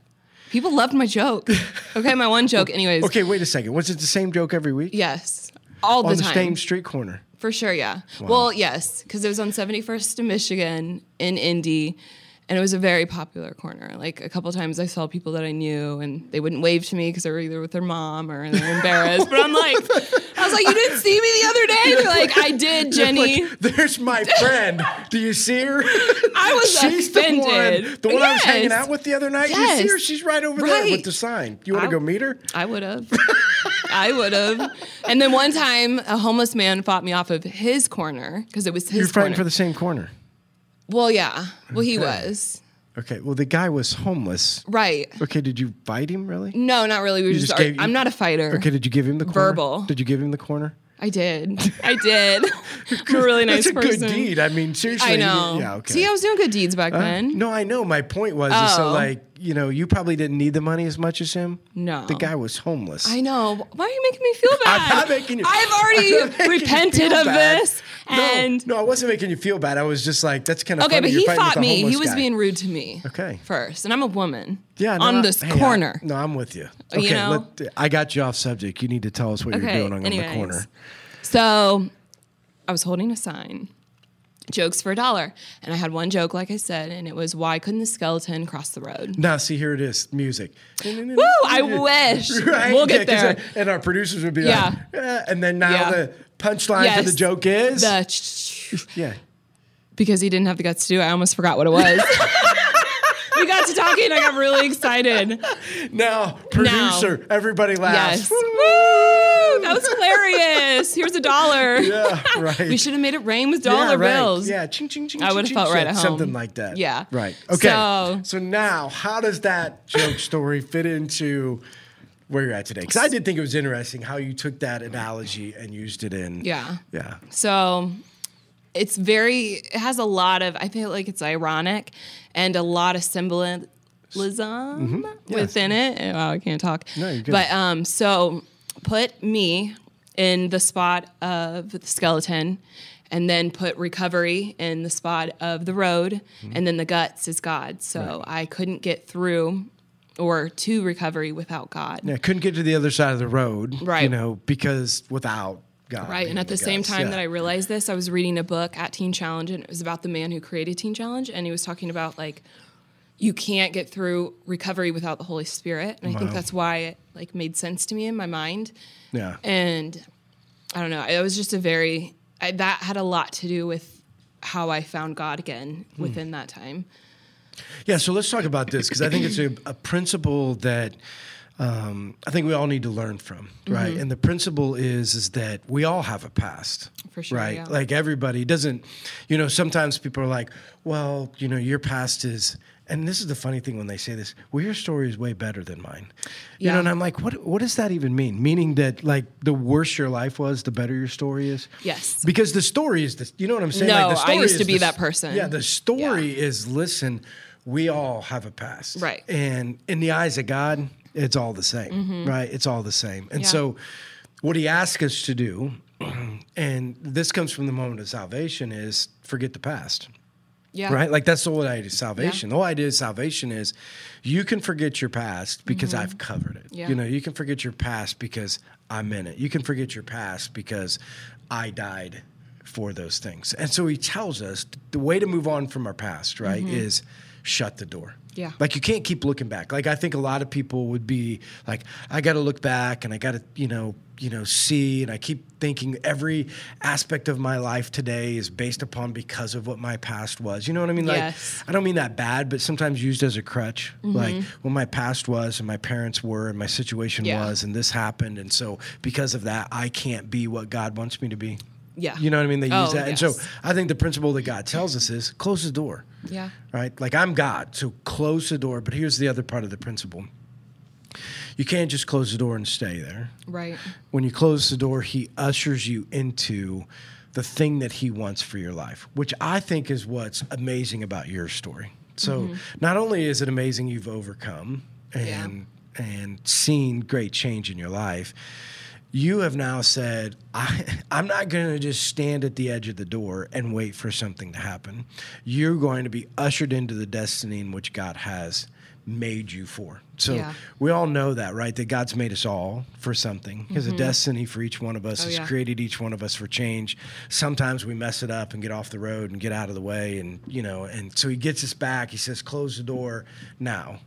S2: People loved my joke. Okay. My one joke, anyways.
S1: Okay, wait a second. Was it the same joke every week?
S2: Yes. All
S1: On
S2: the,
S1: the
S2: time.
S1: same street corner.
S2: For sure, yeah. Well, yes, because it was on 71st in Michigan in Indy, and it was a very popular corner. Like a couple times I saw people that I knew, and they wouldn't wave to me because they were either with their mom or they were embarrassed. but I'm like, I was like, you didn't see me the other day? They're like, I did, Jenny.
S1: Like, there's my friend. Do you see her?
S2: I was
S1: She's
S2: offended.
S1: the one. The one I was hanging
S2: Yes.
S1: out with the other night. You see
S2: Yes.
S1: her? She's right over there with
S2: Right.
S1: the sign. You want to
S2: I-
S1: go meet her?
S2: I would have. I would have. And then one time, a homeless man fought me off of his corner because it was his
S1: You're fighting
S2: corner.
S1: for the same corner.
S2: well, yeah. Well, he was.
S1: Okay. Well, the guy was homeless.
S2: Right.
S1: Okay. Did you bite him really?
S2: No, not really. We were
S1: You
S2: just,
S1: just
S2: ar-
S1: gave- you-
S2: I'm not a fighter.
S1: Okay. Did you give him the corner?
S2: Verbal.
S1: Did you give him the corner?
S2: I did. I did. I'm a really nice
S1: That's a
S2: person.
S1: good deed. I mean, seriously.
S2: I
S1: you-
S2: know.
S1: Yeah. Okay.
S2: See, I was doing good deeds back then.
S1: no, I know. My point was, is so
S2: Oh.
S1: like, you know, you probably didn't need the money as much as him.
S2: No.
S1: The guy was homeless.
S2: I know. Why are you making me feel bad?
S1: I'm not making you.
S2: I've
S1: I'm not
S2: already
S1: making you
S2: repented
S1: feel
S2: of
S1: bad.
S2: this.
S1: No,
S2: And
S1: no, I wasn't making you feel bad. I was just like, that's kind of
S2: okay,
S1: Funny.
S2: but
S1: You're
S2: he
S1: fighting with
S2: fought
S1: a
S2: me. He
S1: homeless
S2: was
S1: guy.
S2: being rude to me.
S1: Okay.
S2: First, and I'm a woman.
S1: yeah no,
S2: on
S1: I-
S2: this
S1: hey, I-
S2: corner.
S1: no, I'm with you.
S2: You
S1: Okay,
S2: know?
S1: let- I got you off subject. You need to tell us what
S2: okay.
S1: you're doing on
S2: anyways.
S1: the corner.
S2: So, I was holding a sign. Jokes for a dollar. And I had one joke, like I said, and it was why couldn't the skeleton cross the road?
S1: Now, see, here it is, music.
S2: Woo! I wish.
S1: Right?
S2: We'll
S1: Yeah,
S2: get
S1: 'cause,
S2: there.
S1: uh, and our producers would be
S2: Yeah.
S1: like, eh, and then now
S2: Yeah.
S1: the punchline for
S2: Yes.
S1: the joke is,
S2: The ch-
S1: yeah.
S2: because he didn't have the guts to do it. I almost forgot what it was. we got to talking. I got really excited.
S1: Now, producer, everybody laughs.
S2: Yes. Woo! That was hilarious. Here's a dollar.
S1: Yeah, right.
S2: We should have made it rain with dollar
S1: yeah, right.
S2: bills.
S1: Yeah, ching ching ching.
S2: I
S1: ching,
S2: would've
S1: ching,
S2: felt right
S1: ching,
S2: at home.
S1: Something like that.
S2: Yeah.
S1: Right. Okay. So,
S2: So-
S1: now, how does that joke story fit into where you're at today? Because I did think it was interesting how you took that analogy and used it in.
S2: Yeah.
S1: Yeah.
S2: So it's very, it has a lot of, I feel like it's ironic and a lot of symbolism within it. Wow, I can't talk.
S1: Mm-hmm. No, you're good.
S2: But um, so put me in the spot of the skeleton and then put recovery in the spot of the road
S1: Mm-hmm.
S2: and then the guts is God. So I couldn't get through or to recovery without God.
S1: Yeah. Couldn't get to the other side of the road. You
S2: Right.
S1: know, because without God.
S2: Right.
S1: being
S2: And at the same
S1: guts,
S2: time
S1: yeah.
S2: that I realized this, I was reading a book at Teen Challenge and it was about the man who created Teen Challenge. And he was talking about like, you can't get through recovery without the Holy Spirit. And I think
S1: Wow.
S2: that's why it like made sense to me in my mind.
S1: Yeah.
S2: And I don't know, it was just a very, I, that had a lot to do with how I found God again
S1: Hmm.
S2: within that time.
S1: Yeah, so let's talk about this because I think it's a, a principle that um, I think we all need to learn from, right?
S2: Mm-hmm.
S1: And the principle is is that we all have a past,
S2: For sure,
S1: right?
S2: yeah.
S1: Like everybody doesn't, you know. Sometimes people are like, "Well, you know, your past is," and this is the funny thing when they say this: "Well, your story is way better than mine," you know.
S2: Yeah.
S1: And I'm like, "What? What does that even mean? Meaning that like the worse your life was, the better your story is?"
S2: Yes.
S1: Because the story is the, you know what I'm saying?
S2: No,
S1: the
S2: I
S1: story
S2: used
S1: is
S2: to be
S1: the-
S2: that person.
S1: Yeah, the story is listen, we all have a past,
S2: Right.
S1: And in the eyes of God, it's all the same, right? It's all the same. And
S2: Mm-hmm. Yeah.
S1: so, what He asks us to do, and this comes from the moment of salvation, is forget the past.
S2: Yeah.
S1: Right? Like that's the whole idea of salvation. The whole idea of salvation is you can forget your past because I've covered it.
S2: Mm-hmm. Yeah.
S1: You know, you can forget your past because I'm in it. You can forget your past because I died for those things. And so he tells us th- the way to move on from our past, right,
S2: Mm-hmm.
S1: is shut the door.
S2: Yeah.
S1: Like you can't keep looking back. Like I think a lot of people would be like, I got to look back and I got to, you know, you know, see. And I keep thinking every aspect of my life today is based upon because of what my past was. You know what I mean? Like,
S2: Yes. Mm-hmm.
S1: I don't mean that bad, but sometimes used as a crutch. Like what my past was and my parents were and my situation
S2: Yeah.
S1: was and this happened. And so because of that, I can't be what God wants me to be.
S2: Yeah.
S1: You know what I mean? They use
S2: Oh,
S1: that. And so
S2: yes.
S1: I think the principle that God tells us is close the door
S2: Yeah.
S1: right? Like I'm God, so close the door. But here's the other part of the principle you can't just close the door and stay there.
S2: Right.
S1: When you close the door, He ushers you into the thing that He wants for your life, which I think is what's amazing about your story. So not only is it amazing you've overcome and and seen great change in your life, you have now said, I, I'm not going to just stand at the edge of the door and wait for something to happen. You're going to be ushered into the destiny in which God has made you for. So
S2: Yeah.
S1: we all know that, right? That God's made us all for something. Because a destiny for each one of us
S2: Oh,
S1: has
S2: yeah.
S1: created each one of us for change. Sometimes we mess it up and get off the road and get out of the way. And, you know, and so he gets us back. He says, close the door now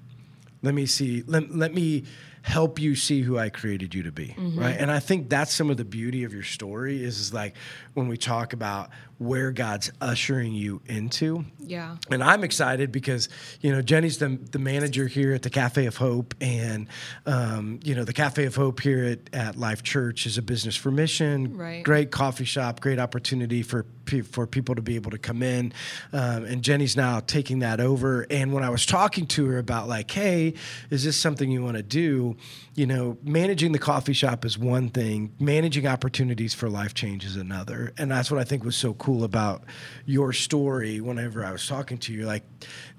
S1: let me see let, let me help you see who i created you to be
S2: Mm-hmm.
S1: right and i think that's some of the beauty of your story is, is like when we talk about where god's ushering you into
S2: Yeah.
S1: and I'm excited because you know Jenny's the, the manager here at the Cafe of Hope, and um, you know the Cafe of Hope here at, at Life Church is a business for mission,
S2: Right.
S1: great coffee shop, great opportunity for pe- for people to be able to come in, um, and Jenny's now taking that over. And when I was talking to her about like, hey, is this something you want to do? You know, managing the coffee shop is one thing, managing opportunities for life change is another, and that's what I think was so cool about your story. Whenever I was talking to you, like,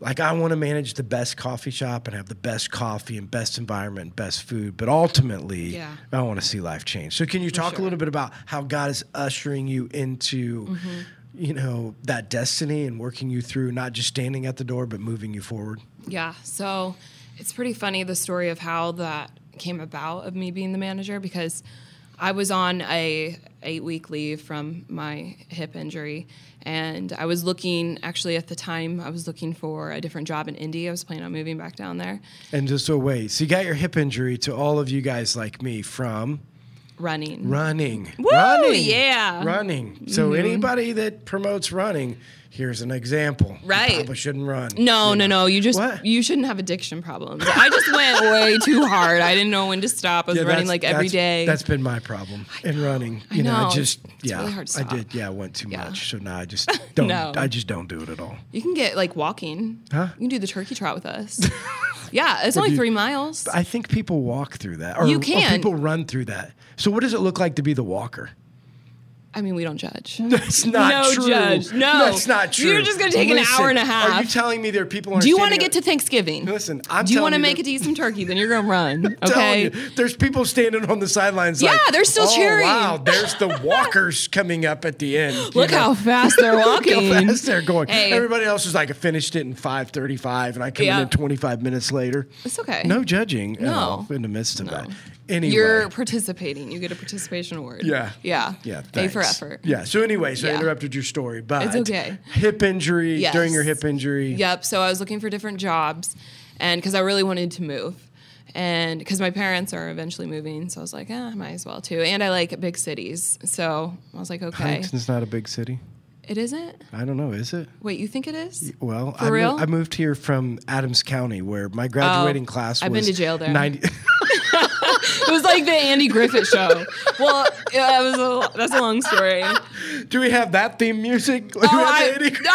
S1: like I want to manage the best coffee shop and have the best coffee and best environment, best food, but ultimately,
S2: Yeah.
S1: I want to see life change. So, can you talk a
S2: sure.
S1: little bit about how God is ushering you into,
S2: Mm-hmm.
S1: you know, that destiny and working you through, not just standing at the door, but moving you forward?
S2: Yeah. So it's pretty funny the story of how that came about of me being the manager because I was on a eight week leave from my hip injury and I was looking actually at the time I was looking for a different job in Indy. I was planning on moving back down there.
S1: And just so wait, so you got your hip injury to all of you guys like me from
S2: Running.
S1: running,
S2: Woo,
S1: running,
S2: yeah. Mm-hmm.
S1: running. So anybody that promotes running, here's an example. You
S2: Right.
S1: probably shouldn't run.
S2: No, no, no. You just
S1: What?
S2: you shouldn't have addiction problems. I just went way too hard. I didn't know when to stop. I was
S1: Yeah,
S2: running
S1: that's-
S2: like every
S1: that's-
S2: day.
S1: That's been my problem in running. You know, I
S2: know.
S1: just
S2: It's
S1: yeah,
S2: really hard to
S1: I
S2: stop.
S1: did yeah, I went too
S2: Yeah.
S1: much. So now I just don't.
S2: No.
S1: I just don't do it at all.
S2: You can get like walking.
S1: Huh?
S2: You can do the turkey trot with us. yeah, it's only
S1: you-
S2: three miles.
S1: I think people walk through that. Or,
S2: You
S1: or
S2: can.
S1: people run through that. So what does it look like to be the walker?
S2: I mean, we don't judge.
S1: That's not
S2: No,
S1: true.
S2: Judge, no.
S1: that's not true.
S2: You're just gonna take an hour and a
S1: Are
S2: half.
S1: you telling me there are people? aren't
S2: Do you want to
S1: standing
S2: get to
S1: up-
S2: Thanksgiving?
S1: Listen, I'm
S2: Do you
S1: telling
S2: want to
S1: you
S2: make
S1: that-
S2: a decent turkey? Then you're gonna run.
S1: telling
S2: Okay.
S1: you, there's people standing on the sidelines.
S2: Yeah,
S1: like,
S2: they're still
S1: "Oh,
S2: cheering."
S1: Wow, there's the walkers coming up at the end. you
S2: Look
S1: know?
S2: how fast they're walking.
S1: How fast they're going.
S2: Hey.
S1: Everybody else is like, I finished it in 5:35, and I came
S2: Yeah.
S1: in 25 minutes later.
S2: It's okay.
S1: No judging. at
S2: No.
S1: all in the midst of that. Anyway,
S2: You're participating. You get a participation award.
S1: Yeah.
S2: Yeah.
S1: yeah,
S2: A for
S1: thanks.
S2: effort.
S1: Yeah. So, anyways, I
S2: Yeah.
S1: interrupted your story, but
S2: It's okay.
S1: Hip injury
S2: Yes.
S1: during your hip injury.
S2: Yep. So I was looking for different jobs, and because I really wanted to move, and because my parents are eventually moving, so I was like, eh, might as well too. And I like big cities, so I was like, okay,
S1: Huntington's not a big city.
S2: it isn't.
S1: I don't know. Is it?
S2: Wait, you think it is?
S1: Well,
S2: For
S1: I,
S2: real? Oh,
S1: Moved, I moved here from Adams County, where my graduating class
S2: I've
S1: was
S2: been to jail there.
S1: 90-
S2: It was like the Andy Griffith show. Well, yeah, that was a, that's a long story.
S1: Do we have that theme music? Do we have
S2: Oh, I,
S1: the Andy Griffith-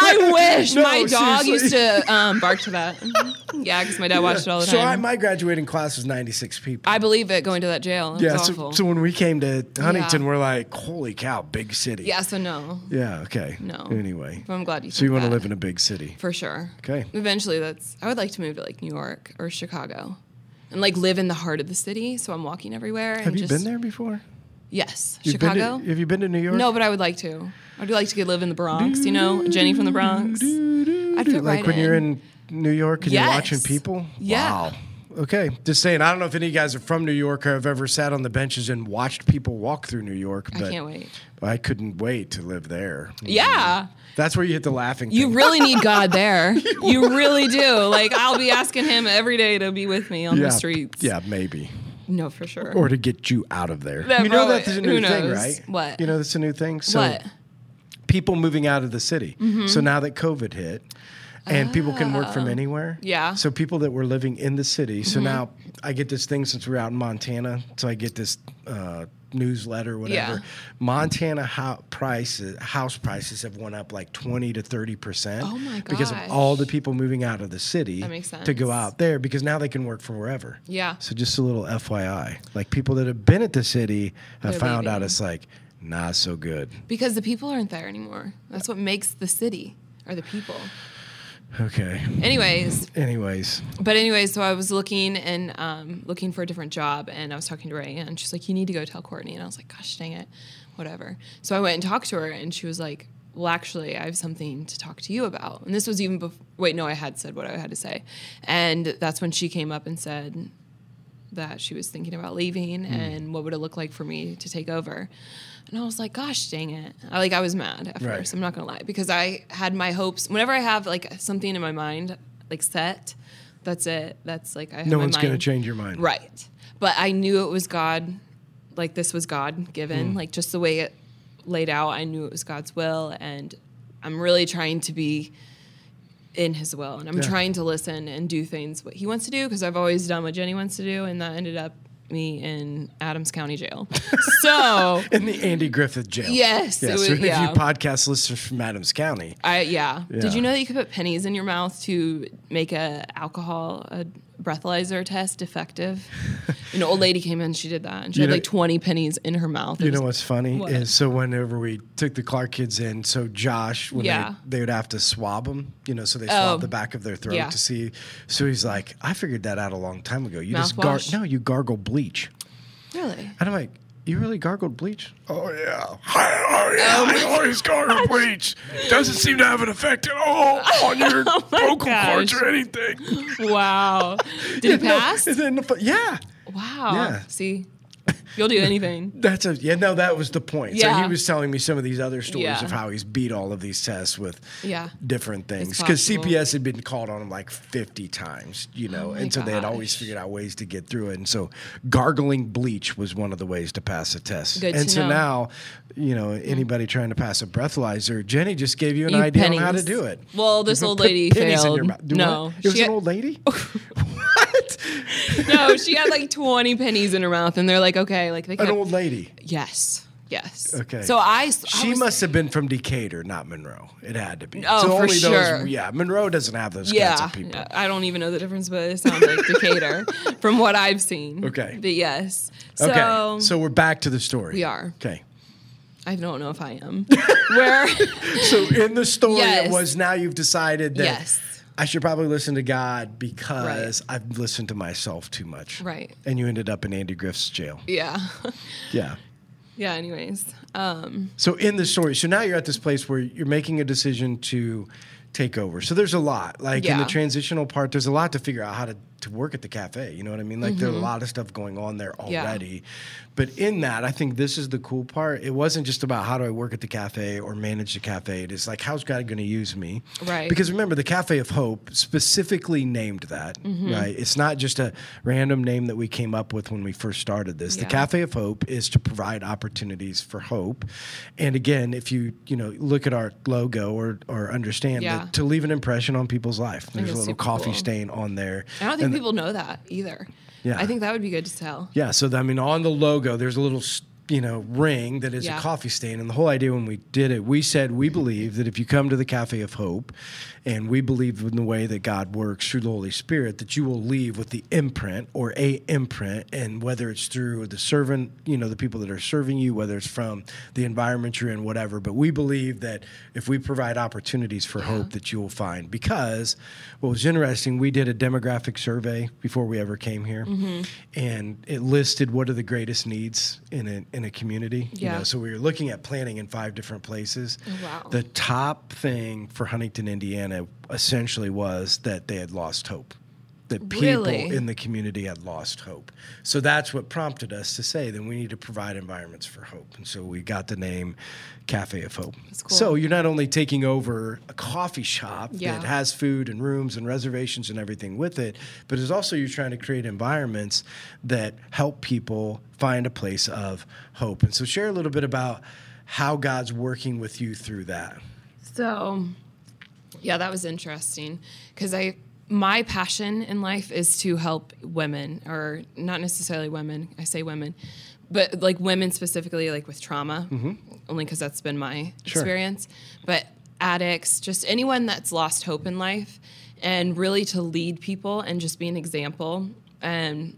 S2: I wish
S1: No,
S2: my dog
S1: seriously.
S2: used to um, bark to that. Yeah, because my dad watched it all the
S1: So I,
S2: time.
S1: my graduating class was 96 people.
S2: I believe it going to that jail. It
S1: yeah,
S2: was
S1: so,
S2: awful.
S1: so when we came to Huntington,
S2: Yeah.
S1: we're like, holy cow, big city.
S2: yeah, so no.
S1: Yeah, okay.
S2: No.
S1: Anyway.
S2: But I'm glad you
S1: So you
S2: think
S1: want to
S2: that.
S1: live in a big city.
S2: For sure.
S1: Okay.
S2: Eventually, that's. I would like to move to like New York or Chicago, and like live in the heart of the city. So I'm walking everywhere.
S1: Have you been there before?
S2: Yes,
S1: You've been to-
S2: Chicago.
S1: have you been to New York?
S2: no, but I would like to. I'd like to get live in the Bronx. You know, Jenny from the Bronx. I'd fit
S1: like
S2: right
S1: when
S2: in.
S1: you're in New York and you're
S2: Yes.
S1: watching people?
S2: Yeah.
S1: Wow. Okay. Just saying, I don't know if any of you guys are from New York or have ever sat on the benches and watched people walk through New York,
S2: I
S1: but
S2: can't wait.
S1: I couldn't wait to live there.
S2: Yeah.
S1: That's where you hit the laughing.
S2: You
S1: thing.
S2: really need God there. You really do. Like I'll be asking him every day to be with me on
S1: yeah,
S2: the streets.
S1: Yeah, maybe.
S2: No, for sure.
S1: Or to get you out of there.
S2: That
S1: you know
S2: probably-
S1: that's a
S2: who
S1: new thing,
S2: knows?
S1: right?
S2: What?
S1: You know that's a new thing. So
S2: what? Mm-hmm.
S1: people moving out of the city. So now that COVID hit and people can work from anywhere.
S2: Oh. Yeah. Mm-hmm.
S1: So people that were living in the city. So now I get this thing since we're out in Montana. So I get this uh, newsletter, whatever.
S2: Yeah.
S1: Montana ho- prices, house prices have went up like 20 to 30%
S2: Oh my
S1: because of
S2: gosh.
S1: all the people moving out of the city
S2: That makes
S1: to go
S2: sense.
S1: out there because now they can work from wherever.
S2: Yeah.
S1: So just a little FYI. Like people that have been at the city have
S2: They're
S1: found out
S2: leaving.
S1: it's like, not so good.
S2: Because the people aren't there anymore. That's what makes the city are the people.
S1: Okay.
S2: Anyways,
S1: Anyways.
S2: but anyways, so I was looking and um, looking for a different job, and I was talking to Ray, and she's like, "You need to go tell Courtney." And I was like, "Gosh, dang it, whatever." So I went and talked to her, and she was like, "Well, actually, I have something to talk to you about." And this was even before. Wait, no, I had said what I had to say, and that's when she came up and said that she was thinking about leaving,
S1: Hmm.
S2: and what would it look like for me to take over. And I was like, "Gosh, dang it!" I, like I was mad at
S1: Right.
S2: first. I'm not gonna lie because I had my hopes. Whenever I have like something in my mind, like set, that's it. That's like I. Have
S1: No
S2: my
S1: one's going to
S2: mind.
S1: change your mind.
S2: Right, but I knew it was God. Like this was God given. Like just the way it laid out, I knew it was God's will, and I'm really trying to be in His will, and I'm
S1: Yeah.
S2: trying to listen and do things what He wants to do because I've always done what Jenny wants to do, and that ended up me in Adams County Jail. so.
S1: In the Andy Griffith jail.
S2: Yes, it
S1: Yes.
S2: was-
S1: if
S2: yeah.
S1: you podcast listeners from Adams County,
S2: I yeah. Did
S1: Yeah.
S2: you know that you could put pennies in your mouth to make a alcohol a breathalyzer test effective? An old lady came in, she did that, and she
S1: You
S2: had
S1: know-
S2: like twenty pennies in her mouth. It
S1: you
S2: was-
S1: know what's funny
S2: What?
S1: is so whenever we took the Clark kids in, so Josh, when
S2: Yeah.
S1: they, they would have to swab them, you know, so they swab
S2: Oh.
S1: the back of their throat
S2: Yeah.
S1: to see. So he's like, I figured that out a long time ago. You just
S2: Mouthwash?
S1: no, you gargle bleach,
S2: really?
S1: and I'm like. You really gargled bleach? Oh yeah, I,
S2: Oh
S1: I always gargle bleach. Doesn't seem to have an effect at all on your vocal
S2: cords Oh gosh. or
S1: anything.
S2: Wow. Did it pass?
S1: yeah,
S2: wow.
S1: Yeah.
S2: See, you'll do anything.
S1: That's a yeah. No, that was the point. So
S2: Yeah.
S1: he was telling me some of these other stories
S2: Yeah.
S1: of how he's beat all of these tests with
S2: Yeah.
S1: different things because
S2: possible. Oh
S1: CPS had been called on him like fifty times, you know,
S2: my
S1: and so they had always
S2: gosh.
S1: figured out ways to get through it. And so gargling bleach was one of the ways to pass a test.
S2: Good
S1: and
S2: to
S1: so
S2: know.
S1: now, you know, anybody trying to pass a breathalyzer, Jenny just gave you an
S2: You
S1: idea on how to
S2: pennies.
S1: do it.
S2: Well, this
S1: You put
S2: old lady
S1: pennies in your
S2: failed.
S1: mouth. Do
S2: No,
S1: what? it was
S2: she-
S1: an old lady. what?
S2: No, she had like twenty pennies in her mouth, and they're like, okay, like they
S1: An
S2: kept,
S1: old lady.
S2: yes, yes.
S1: Okay.
S2: So I, I
S1: She
S2: was-
S1: must have been from Decatur, not Monroe. It had to be.
S2: Oh, for sure.
S1: Those, yeah, Monroe doesn't have those kinds
S2: Yeah,
S1: of people.
S2: yeah, I don't even know the difference, but it sounds like Decatur from what I've seen.
S1: Okay.
S2: but yes. So,
S1: Okay, so, we're back to the story.
S2: We are.
S1: Okay.
S2: I don't know if I am. Where?
S1: So in the story, it
S2: Yes.
S1: was now you've decided that
S2: Yes.
S1: I should probably listen to God because I've listened to myself too much.
S2: Right.
S1: And you ended up in Andy Griffith's jail.
S2: yeah,
S1: Yeah.
S2: yeah. Anyways, um,
S1: So in the story, so now you're at this place where you're making a decision to take over. So there's a lot, like in the
S2: Yeah.
S1: transitional part, there's a lot to figure out how to, to work at the cafe. You know what I mean? Like there's a lot of stuff going on there
S2: Mm-hmm. Yeah.
S1: already. But in that, I think this is the cool part. It wasn't just about how do I work at the cafe or manage the cafe. It is like how's God going to use me?
S2: Right.
S1: Because remember, the Cafe of Hope specifically named that.
S2: Mm-hmm.
S1: Right. It's not just a random name that we came up with when we first started this. The
S2: Yeah.
S1: Cafe of Hope is to provide opportunities for hope. And again, if you you know look at our logo or or understand
S2: Yeah.
S1: that to leave an impression on people's life. There's
S2: it's
S1: a little
S2: super
S1: coffee
S2: cool.
S1: stain on there.
S2: I don't think
S1: And
S2: people know that either.
S1: Yeah.
S2: I think that would be good to tell.
S1: Yeah, so I mean, on the logo, there's a little, s- you know, ring that is
S2: Yeah.
S1: a coffee stain. And the whole idea when we did it, we said we believe that if you come to the Cafe of Hope, and we believe in the way that God works through the Holy Spirit, that you will leave with the imprint or a imprint, and whether it's through the servant, you know, the people that are serving you, whether it's from the environment you're in, whatever. But we believe that if we provide opportunities for hope, that you will find. Because what was interesting, we did a demographic survey before we ever came here, and it listed what are the greatest needs in a in a community. You
S2: Yeah.
S1: know, so we were looking at planning in five different places.
S2: wow.
S1: The top thing for Huntington, Indiana, essentially was that they had lost hope. That people
S2: Really?
S1: in the community had lost hope. So that's what prompted us to say that we need to provide environments for hope. And so we got the name Cafe of Hope.
S2: cool.
S1: So you're not only taking over a coffee shop
S2: Yeah.
S1: that has food and rooms and reservations and everything with it, but it's also you're trying to create environments that help people find a place of hope. And so share a little bit about how God's working with you through that.
S2: So, yeah, that was interesting because I my passion in life is to help women or not necessarily women. I say women, but like women specifically like with trauma. Only cuz that's been my
S1: Sure.
S2: experience. But addicts, just anyone that's lost hope in life and really to lead people and just be an example and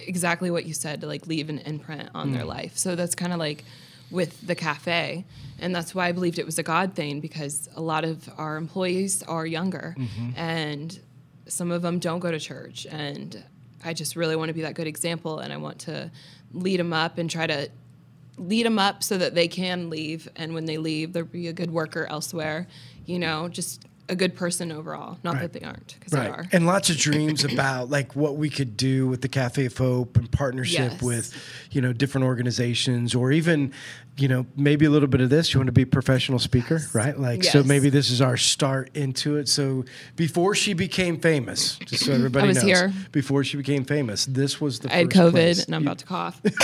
S2: exactly what you said to like leave an imprint on their life. So that's kind of like with the cafe. And that's why I believed it was a God thing because a lot of our employees are younger and some of them don't go to church. And I just really want to be that good example and I want to lead them up and try to lead them up so that they can leave. And when they leave, they'll be a good worker elsewhere, you know, just a good person overall. Not that they aren't, because they are.
S1: And lots of dreams about like what we could do with the Cafe of Hope and partnership
S2: Yes.
S1: with, you know, different organizations or even, you know, maybe a little bit of this. You want to be a professional speaker, right? Like so
S2: Yes.
S1: maybe this is our start into it. So before she became famous, just so everybody
S2: was
S1: knows.
S2: here.
S1: Before she became famous, this was the
S2: I had
S1: first
S2: COVID
S1: place.
S2: and I'm about to cough. but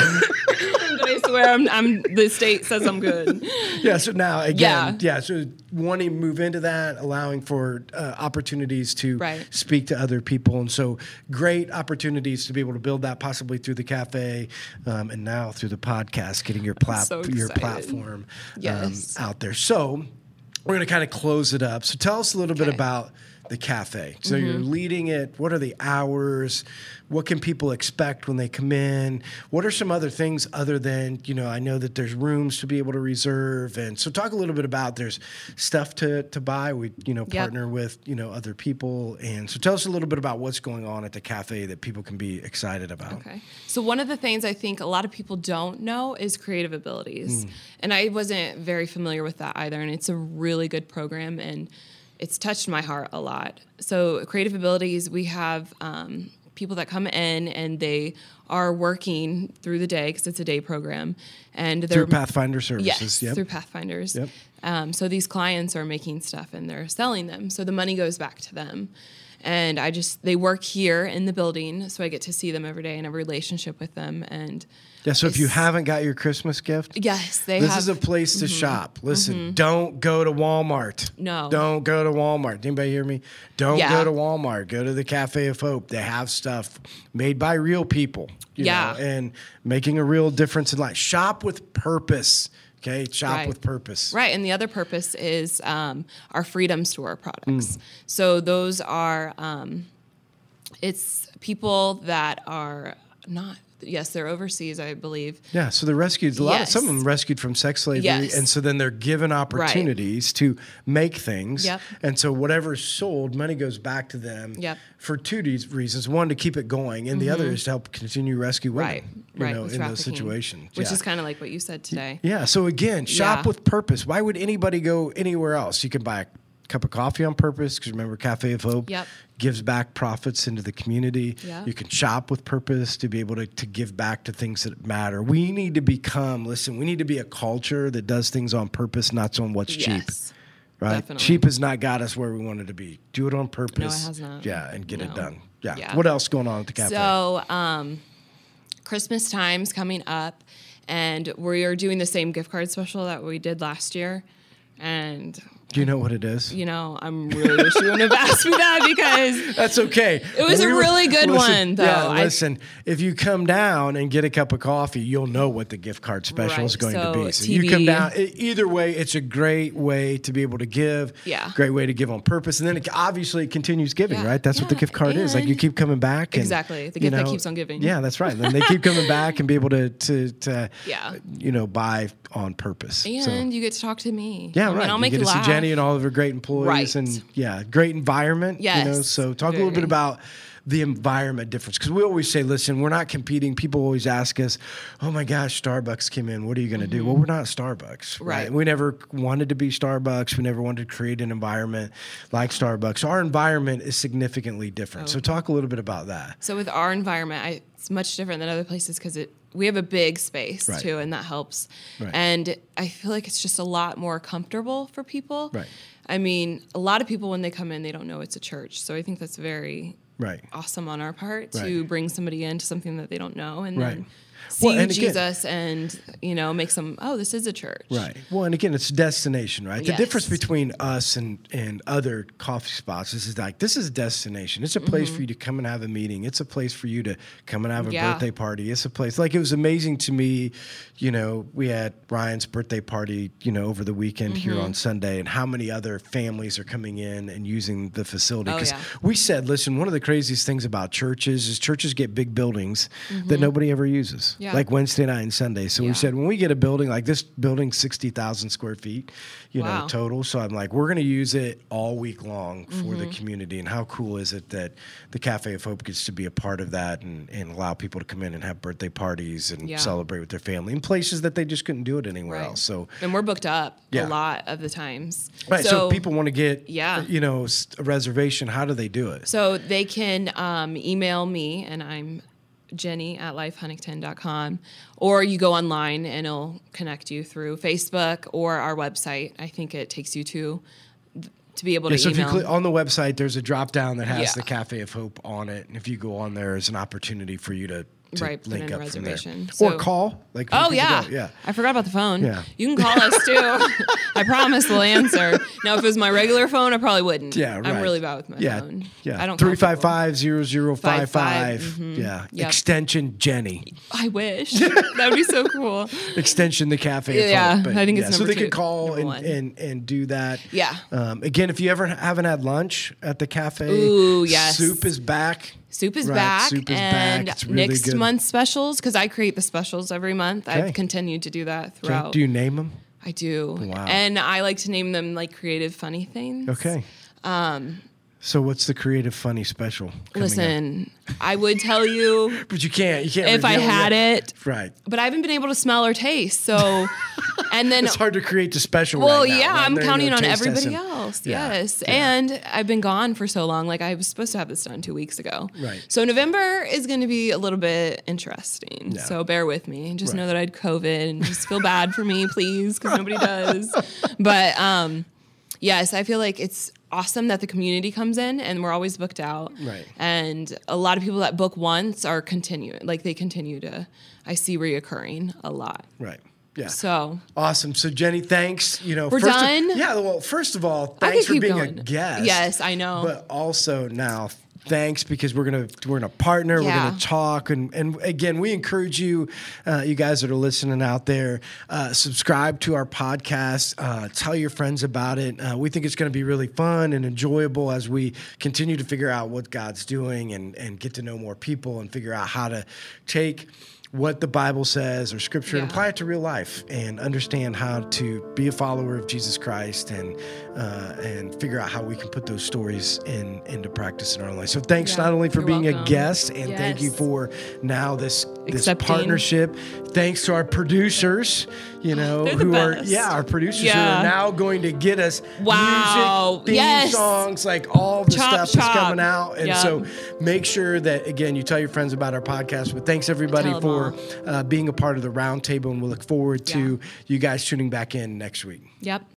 S2: I swear I'm, I'm the state says I'm good.
S1: Yeah. So now again, yeah.
S2: Yeah.
S1: so wanting to move into that, allowing for uh, opportunities to
S2: Right.
S1: speak to other people, and so great opportunities to be able to build that possibly through the cafe, um, and now through the podcast, getting your plat-
S2: so
S1: your
S2: excited.
S1: platform
S2: Yes.
S1: um, out there. So we're going to kind of close it up. So tell us a little bit
S2: Okay. Mm-hmm.
S1: about the cafe. So you're leading it. What are the hours? What can people expect when they come in? What are some other things other than, you know, I know that there's rooms to be able to reserve and so talk a little bit about there's stuff to to buy. We, you know,
S2: Yep.
S1: partner with, you know, other people and so tell us a little bit about what's going on at the cafe that people can be excited about.
S2: Okay. So one of the things I think a lot of people don't know is creative
S1: Hmm.
S2: abilities. And I wasn't very familiar with that either. And it's a really good program and it's touched my heart a lot. So creative abilities, we have um, people that come in and they are working through the day because it's a day program and they're
S1: Through Pathfinder Services.
S2: Yes,
S1: yep.
S2: through Pathfinders.
S1: Yep.
S2: Um, so these clients are making stuff and they're selling them. So the money goes back to them. And I just, they work here in the building. So I get to see them every day and have a relationship with them. And
S1: yeah, so if you
S2: it's-
S1: haven't got your Christmas gift,
S2: yes, they
S1: This
S2: have. Mm-hmm.
S1: is a place to shop. Listen, don't go to Walmart.
S2: No.
S1: Don't go to Walmart. Anybody hear me? Don't go
S2: Yeah.
S1: to Walmart. Go to the Cafe of Hope. They have stuff made by real people. you
S2: Yeah.
S1: know, and making a real difference in life. Shop with purpose. Okay. Shop
S2: Right.
S1: with purpose.
S2: Right, and the other purpose is um, our Freedom Store
S1: Hmm.
S2: products. So those are, um, it's people that are not, yes, they're overseas, I believe.
S1: Yeah. So they're rescued. A lot of some of
S2: Yes.
S1: them rescued from sex slavery.
S2: Yes.
S1: And so then they're given opportunities to make things.
S2: Yep.
S1: And so whatever's sold, money goes back to them
S2: Yep. Mm-hmm.
S1: for two de- reasons. One, to keep it going, and the other is to help continue rescue women
S2: Right,
S1: you
S2: right,
S1: know,
S2: with
S1: in those
S2: trafficking,
S1: situations.
S2: Which
S1: yeah.
S2: is kind of like what you said today.
S1: yeah. So again, shop
S2: Yeah.
S1: with purpose. Why would anybody go anywhere else? You can buy a cup of coffee on purpose because remember, Cafe of Hope
S2: Yep.
S1: gives back profits into the community.
S2: Yeah.
S1: You can shop with purpose to be able to, to give back to things that matter. We need to become, listen, we need to be a culture that does things on purpose, not on what's cheap.
S2: Yes.
S1: Right?
S2: definitely.
S1: Cheap has not got us where we wanted to be. Do it on purpose.
S2: has not.
S1: Yeah, and get it
S2: No.
S1: done. Yeah.
S2: Yeah.
S1: What else going on at the cafe?
S2: So, um, Christmas time's coming up, and we are doing the same gift card special that we did last year. And
S1: Do you know what it is?
S2: You know, I'm really wish you wouldn't have asked me that because
S1: That's okay.
S2: It was a
S1: were-
S2: really good one, though.
S1: Yeah,
S2: I-
S1: listen, if you come down and get a cup of coffee, you'll know what the gift card special is
S2: Right,
S1: going to
S2: so
S1: be. So you come
S2: TV.
S1: down. e- Either way, it's a great way to be able to give.
S2: Yeah.
S1: Great way to give on purpose, and then it, obviously it continues giving,
S2: Yeah,
S1: right? That's what the
S2: yeah,
S1: gift card is. Like you
S2: and-
S1: keep coming back. And,
S2: Exactly, the
S1: you
S2: gift that keeps on giving.
S1: Yeah, that's right. Then they keep coming back and be able to to, to
S2: Yeah.
S1: you know buy on purpose. So-
S2: and you get to talk to me.
S1: yeah,
S2: I mean,
S1: right.
S2: I'll make
S1: you
S2: you,
S1: get to
S2: laugh.
S1: see Jenny and all of her great employees,
S2: Right.
S1: and yeah, great environment. you know.
S2: Yes,
S1: So talk a little bit
S2: very.
S1: about the environment difference because we always say, listen, we're not competing. People always ask us, oh my gosh, Starbucks came in. What are you going to do? Well, we're not Starbucks, right.
S2: Mm-hmm. Right.
S1: We never wanted to be Starbucks. We never wanted to create an environment like Starbucks. Our environment is significantly different.
S2: Oh.
S1: So talk a little bit about that.
S2: So with our environment, I, it's much different than other places because it we have a big space
S1: Right.
S2: too, and that helps.
S1: Right.
S2: And I feel like it's just a lot more comfortable for people.
S1: Right.
S2: I mean, a lot of people when they come in, they don't know it's a church, so I think that's very
S1: Right.
S2: awesome on our part to
S1: Right.
S2: bring somebody into something that they don't know and
S1: Right.
S2: then see
S1: Well, and again-
S2: Jesus and you know makes them oh this is a church
S1: Right. Well, and again, it's destination, right? The difference
S2: Yes.
S1: between us and and other coffee spots is is like this is a destination. It's a place for you to come and have a meeting. It's a place for you to come and have a
S2: Mm-hmm. Yeah.
S1: birthday party. It's a place like it was amazing to me. You know, we had Ryan's birthday party. You know, over the weekend here
S2: Mm-hmm.
S1: on Sunday, and how many other families are coming in and using the facility
S2: Oh,
S1: because
S2: yeah.
S1: we said, listen, one of the craziest things about churches is churches get big buildings that nobody ever uses,
S2: Mm-hmm. Yeah.
S1: like Wednesday night and Sunday. So we
S2: Yeah.
S1: said, when we get a building like this building, 60,000 square feet, you know,
S2: Wow.
S1: total. So I'm like, we're going to use it all week long for
S2: Mm-hmm.
S1: the community. And how cool is it that the Cafe of Hope gets to be a part of that and, and allow people to come in and have birthday parties and
S2: Yeah.
S1: celebrate with their family in places that they just couldn't do it anywhere
S2: Right.
S1: else. So
S2: and we're booked up
S1: Yeah.
S2: a lot of the times
S1: Right, so, people want to get,
S2: Yeah.
S1: you know, s- a reservation. How do they do it?
S2: So they can um, email me, and I'm jenny at lifehuntington.com, or you go online and it'll connect you through Facebook or our website. I think it takes you to to be able
S1: Yeah,
S2: to
S1: so if you
S2: email.
S1: click on the website, there's a drop down that has
S2: Yeah.
S1: the Cafe of Hope on it, and if you go on there, there's an opportunity for you to, to
S2: Right, put
S1: link
S2: in a
S1: up from there
S2: reservation.
S1: or
S2: So-
S1: call. Like
S2: Oh
S1: people
S2: yeah.
S1: go- yeah.
S2: I forgot about the phone.
S1: Yeah.
S2: You can call us too. I promise we'll answer. Now, if it was my regular phone, I probably wouldn't.
S1: Yeah, right.
S2: I'm really bad with my
S1: yeah,
S2: phone.
S1: Yeah,
S2: I don't. call
S1: three
S2: people.
S1: five five zero zero five
S2: Five,
S1: five.
S2: five, mm-hmm.
S1: Yeah,
S2: Yep.
S1: extension Jenny,
S2: I wish that would be so cool.
S1: extension the Cafe. Of
S2: Yeah,
S1: Hope. But
S2: I think it's
S1: yeah, so they
S2: number
S1: can
S2: two-
S1: call
S2: number
S1: and,
S2: one.
S1: and and do that.
S2: Yeah.
S1: Um, again, if you ever haven't had lunch at the cafe,
S2: Ooh, yes.
S1: soup is back.
S2: Soup is
S1: Right,
S2: back,
S1: soup is back.
S2: and
S1: It's really
S2: next
S1: good.
S2: month's specials because I create the specials every month.
S1: Okay.
S2: I've continued to do that
S1: Okay,
S2: throughout.
S1: Do you name them?
S2: I do,
S1: Wow.
S2: and I like to name them like creative funny things.
S1: Okay. Um, so what's the creative funny special? coming up?
S2: Listen, I would tell you
S1: But you can't. You can't.
S2: if I
S1: reveal
S2: had
S1: yet.
S2: it,
S1: Right.
S2: but I haven't been able to smell or taste. So, and then
S1: It's hard to create the special.
S2: Well,
S1: right now,
S2: yeah,
S1: right?
S2: I'm
S1: There are
S2: counting
S1: no
S2: on
S1: taste
S2: everybody
S1: testing.
S2: else.
S1: Yeah,
S2: Yes. And I've been gone for so long. Like I was supposed to have this done two weeks ago.
S1: Right.
S2: So November is going to be a little bit interesting. So bear with me. Just know
S1: Right.
S2: that I had COVID and just feel bad for me, please, because nobody does. But um, yes, I feel like it's awesome that the community comes in and we're always booked out.
S1: Right.
S2: And a lot of people that book once are continuing, like they continue to, I see reoccurring a lot.
S1: Right. Yeah.
S2: So
S1: Awesome. So Jenny, thanks. You know,
S2: We're
S1: first of-
S2: done?
S1: yeah. Well, first of all,
S2: I
S1: thanks
S2: could
S1: for
S2: keep
S1: being
S2: going.
S1: a guest.
S2: Yes, I know.
S1: But also now, thanks because we're gonna we're gonna partner. We're
S2: Yeah.
S1: gonna talk and and again, we encourage you, uh, you guys that are listening out there, uh, subscribe to our podcast. Uh, tell your friends about it. Uh, we think it's gonna be really fun and enjoyable as we continue to figure out what God's doing and and get to know more people and figure out how to take. What the Bible says or scripture and
S2: Yeah.
S1: apply it to real life and understand how to be a follower of Jesus Christ and uh, and figure out how we can put those stories in into practice in our own life. So thanks
S2: Yeah,
S1: not only for
S2: you're
S1: being a
S2: welcome.
S1: guest and thank you
S2: Yes.
S1: for now this this
S2: Accepting.
S1: partnership. Thanks to our producers, you know,
S2: They're the
S1: who are
S2: best.
S1: yeah, our producers who
S2: Yeah.
S1: are now going to get us
S2: Wow,
S1: music, theme
S2: yes.
S1: songs, like all the
S2: Chop,
S1: stuff
S2: chop.
S1: is coming out. And
S2: Yep.
S1: so make sure that again you tell your friends about our podcast. But thanks everybody
S2: Tell 'em
S1: for
S2: all.
S1: uh, being a part of the roundtable, and we look forward to you guys tuning back in next week.
S2: yep.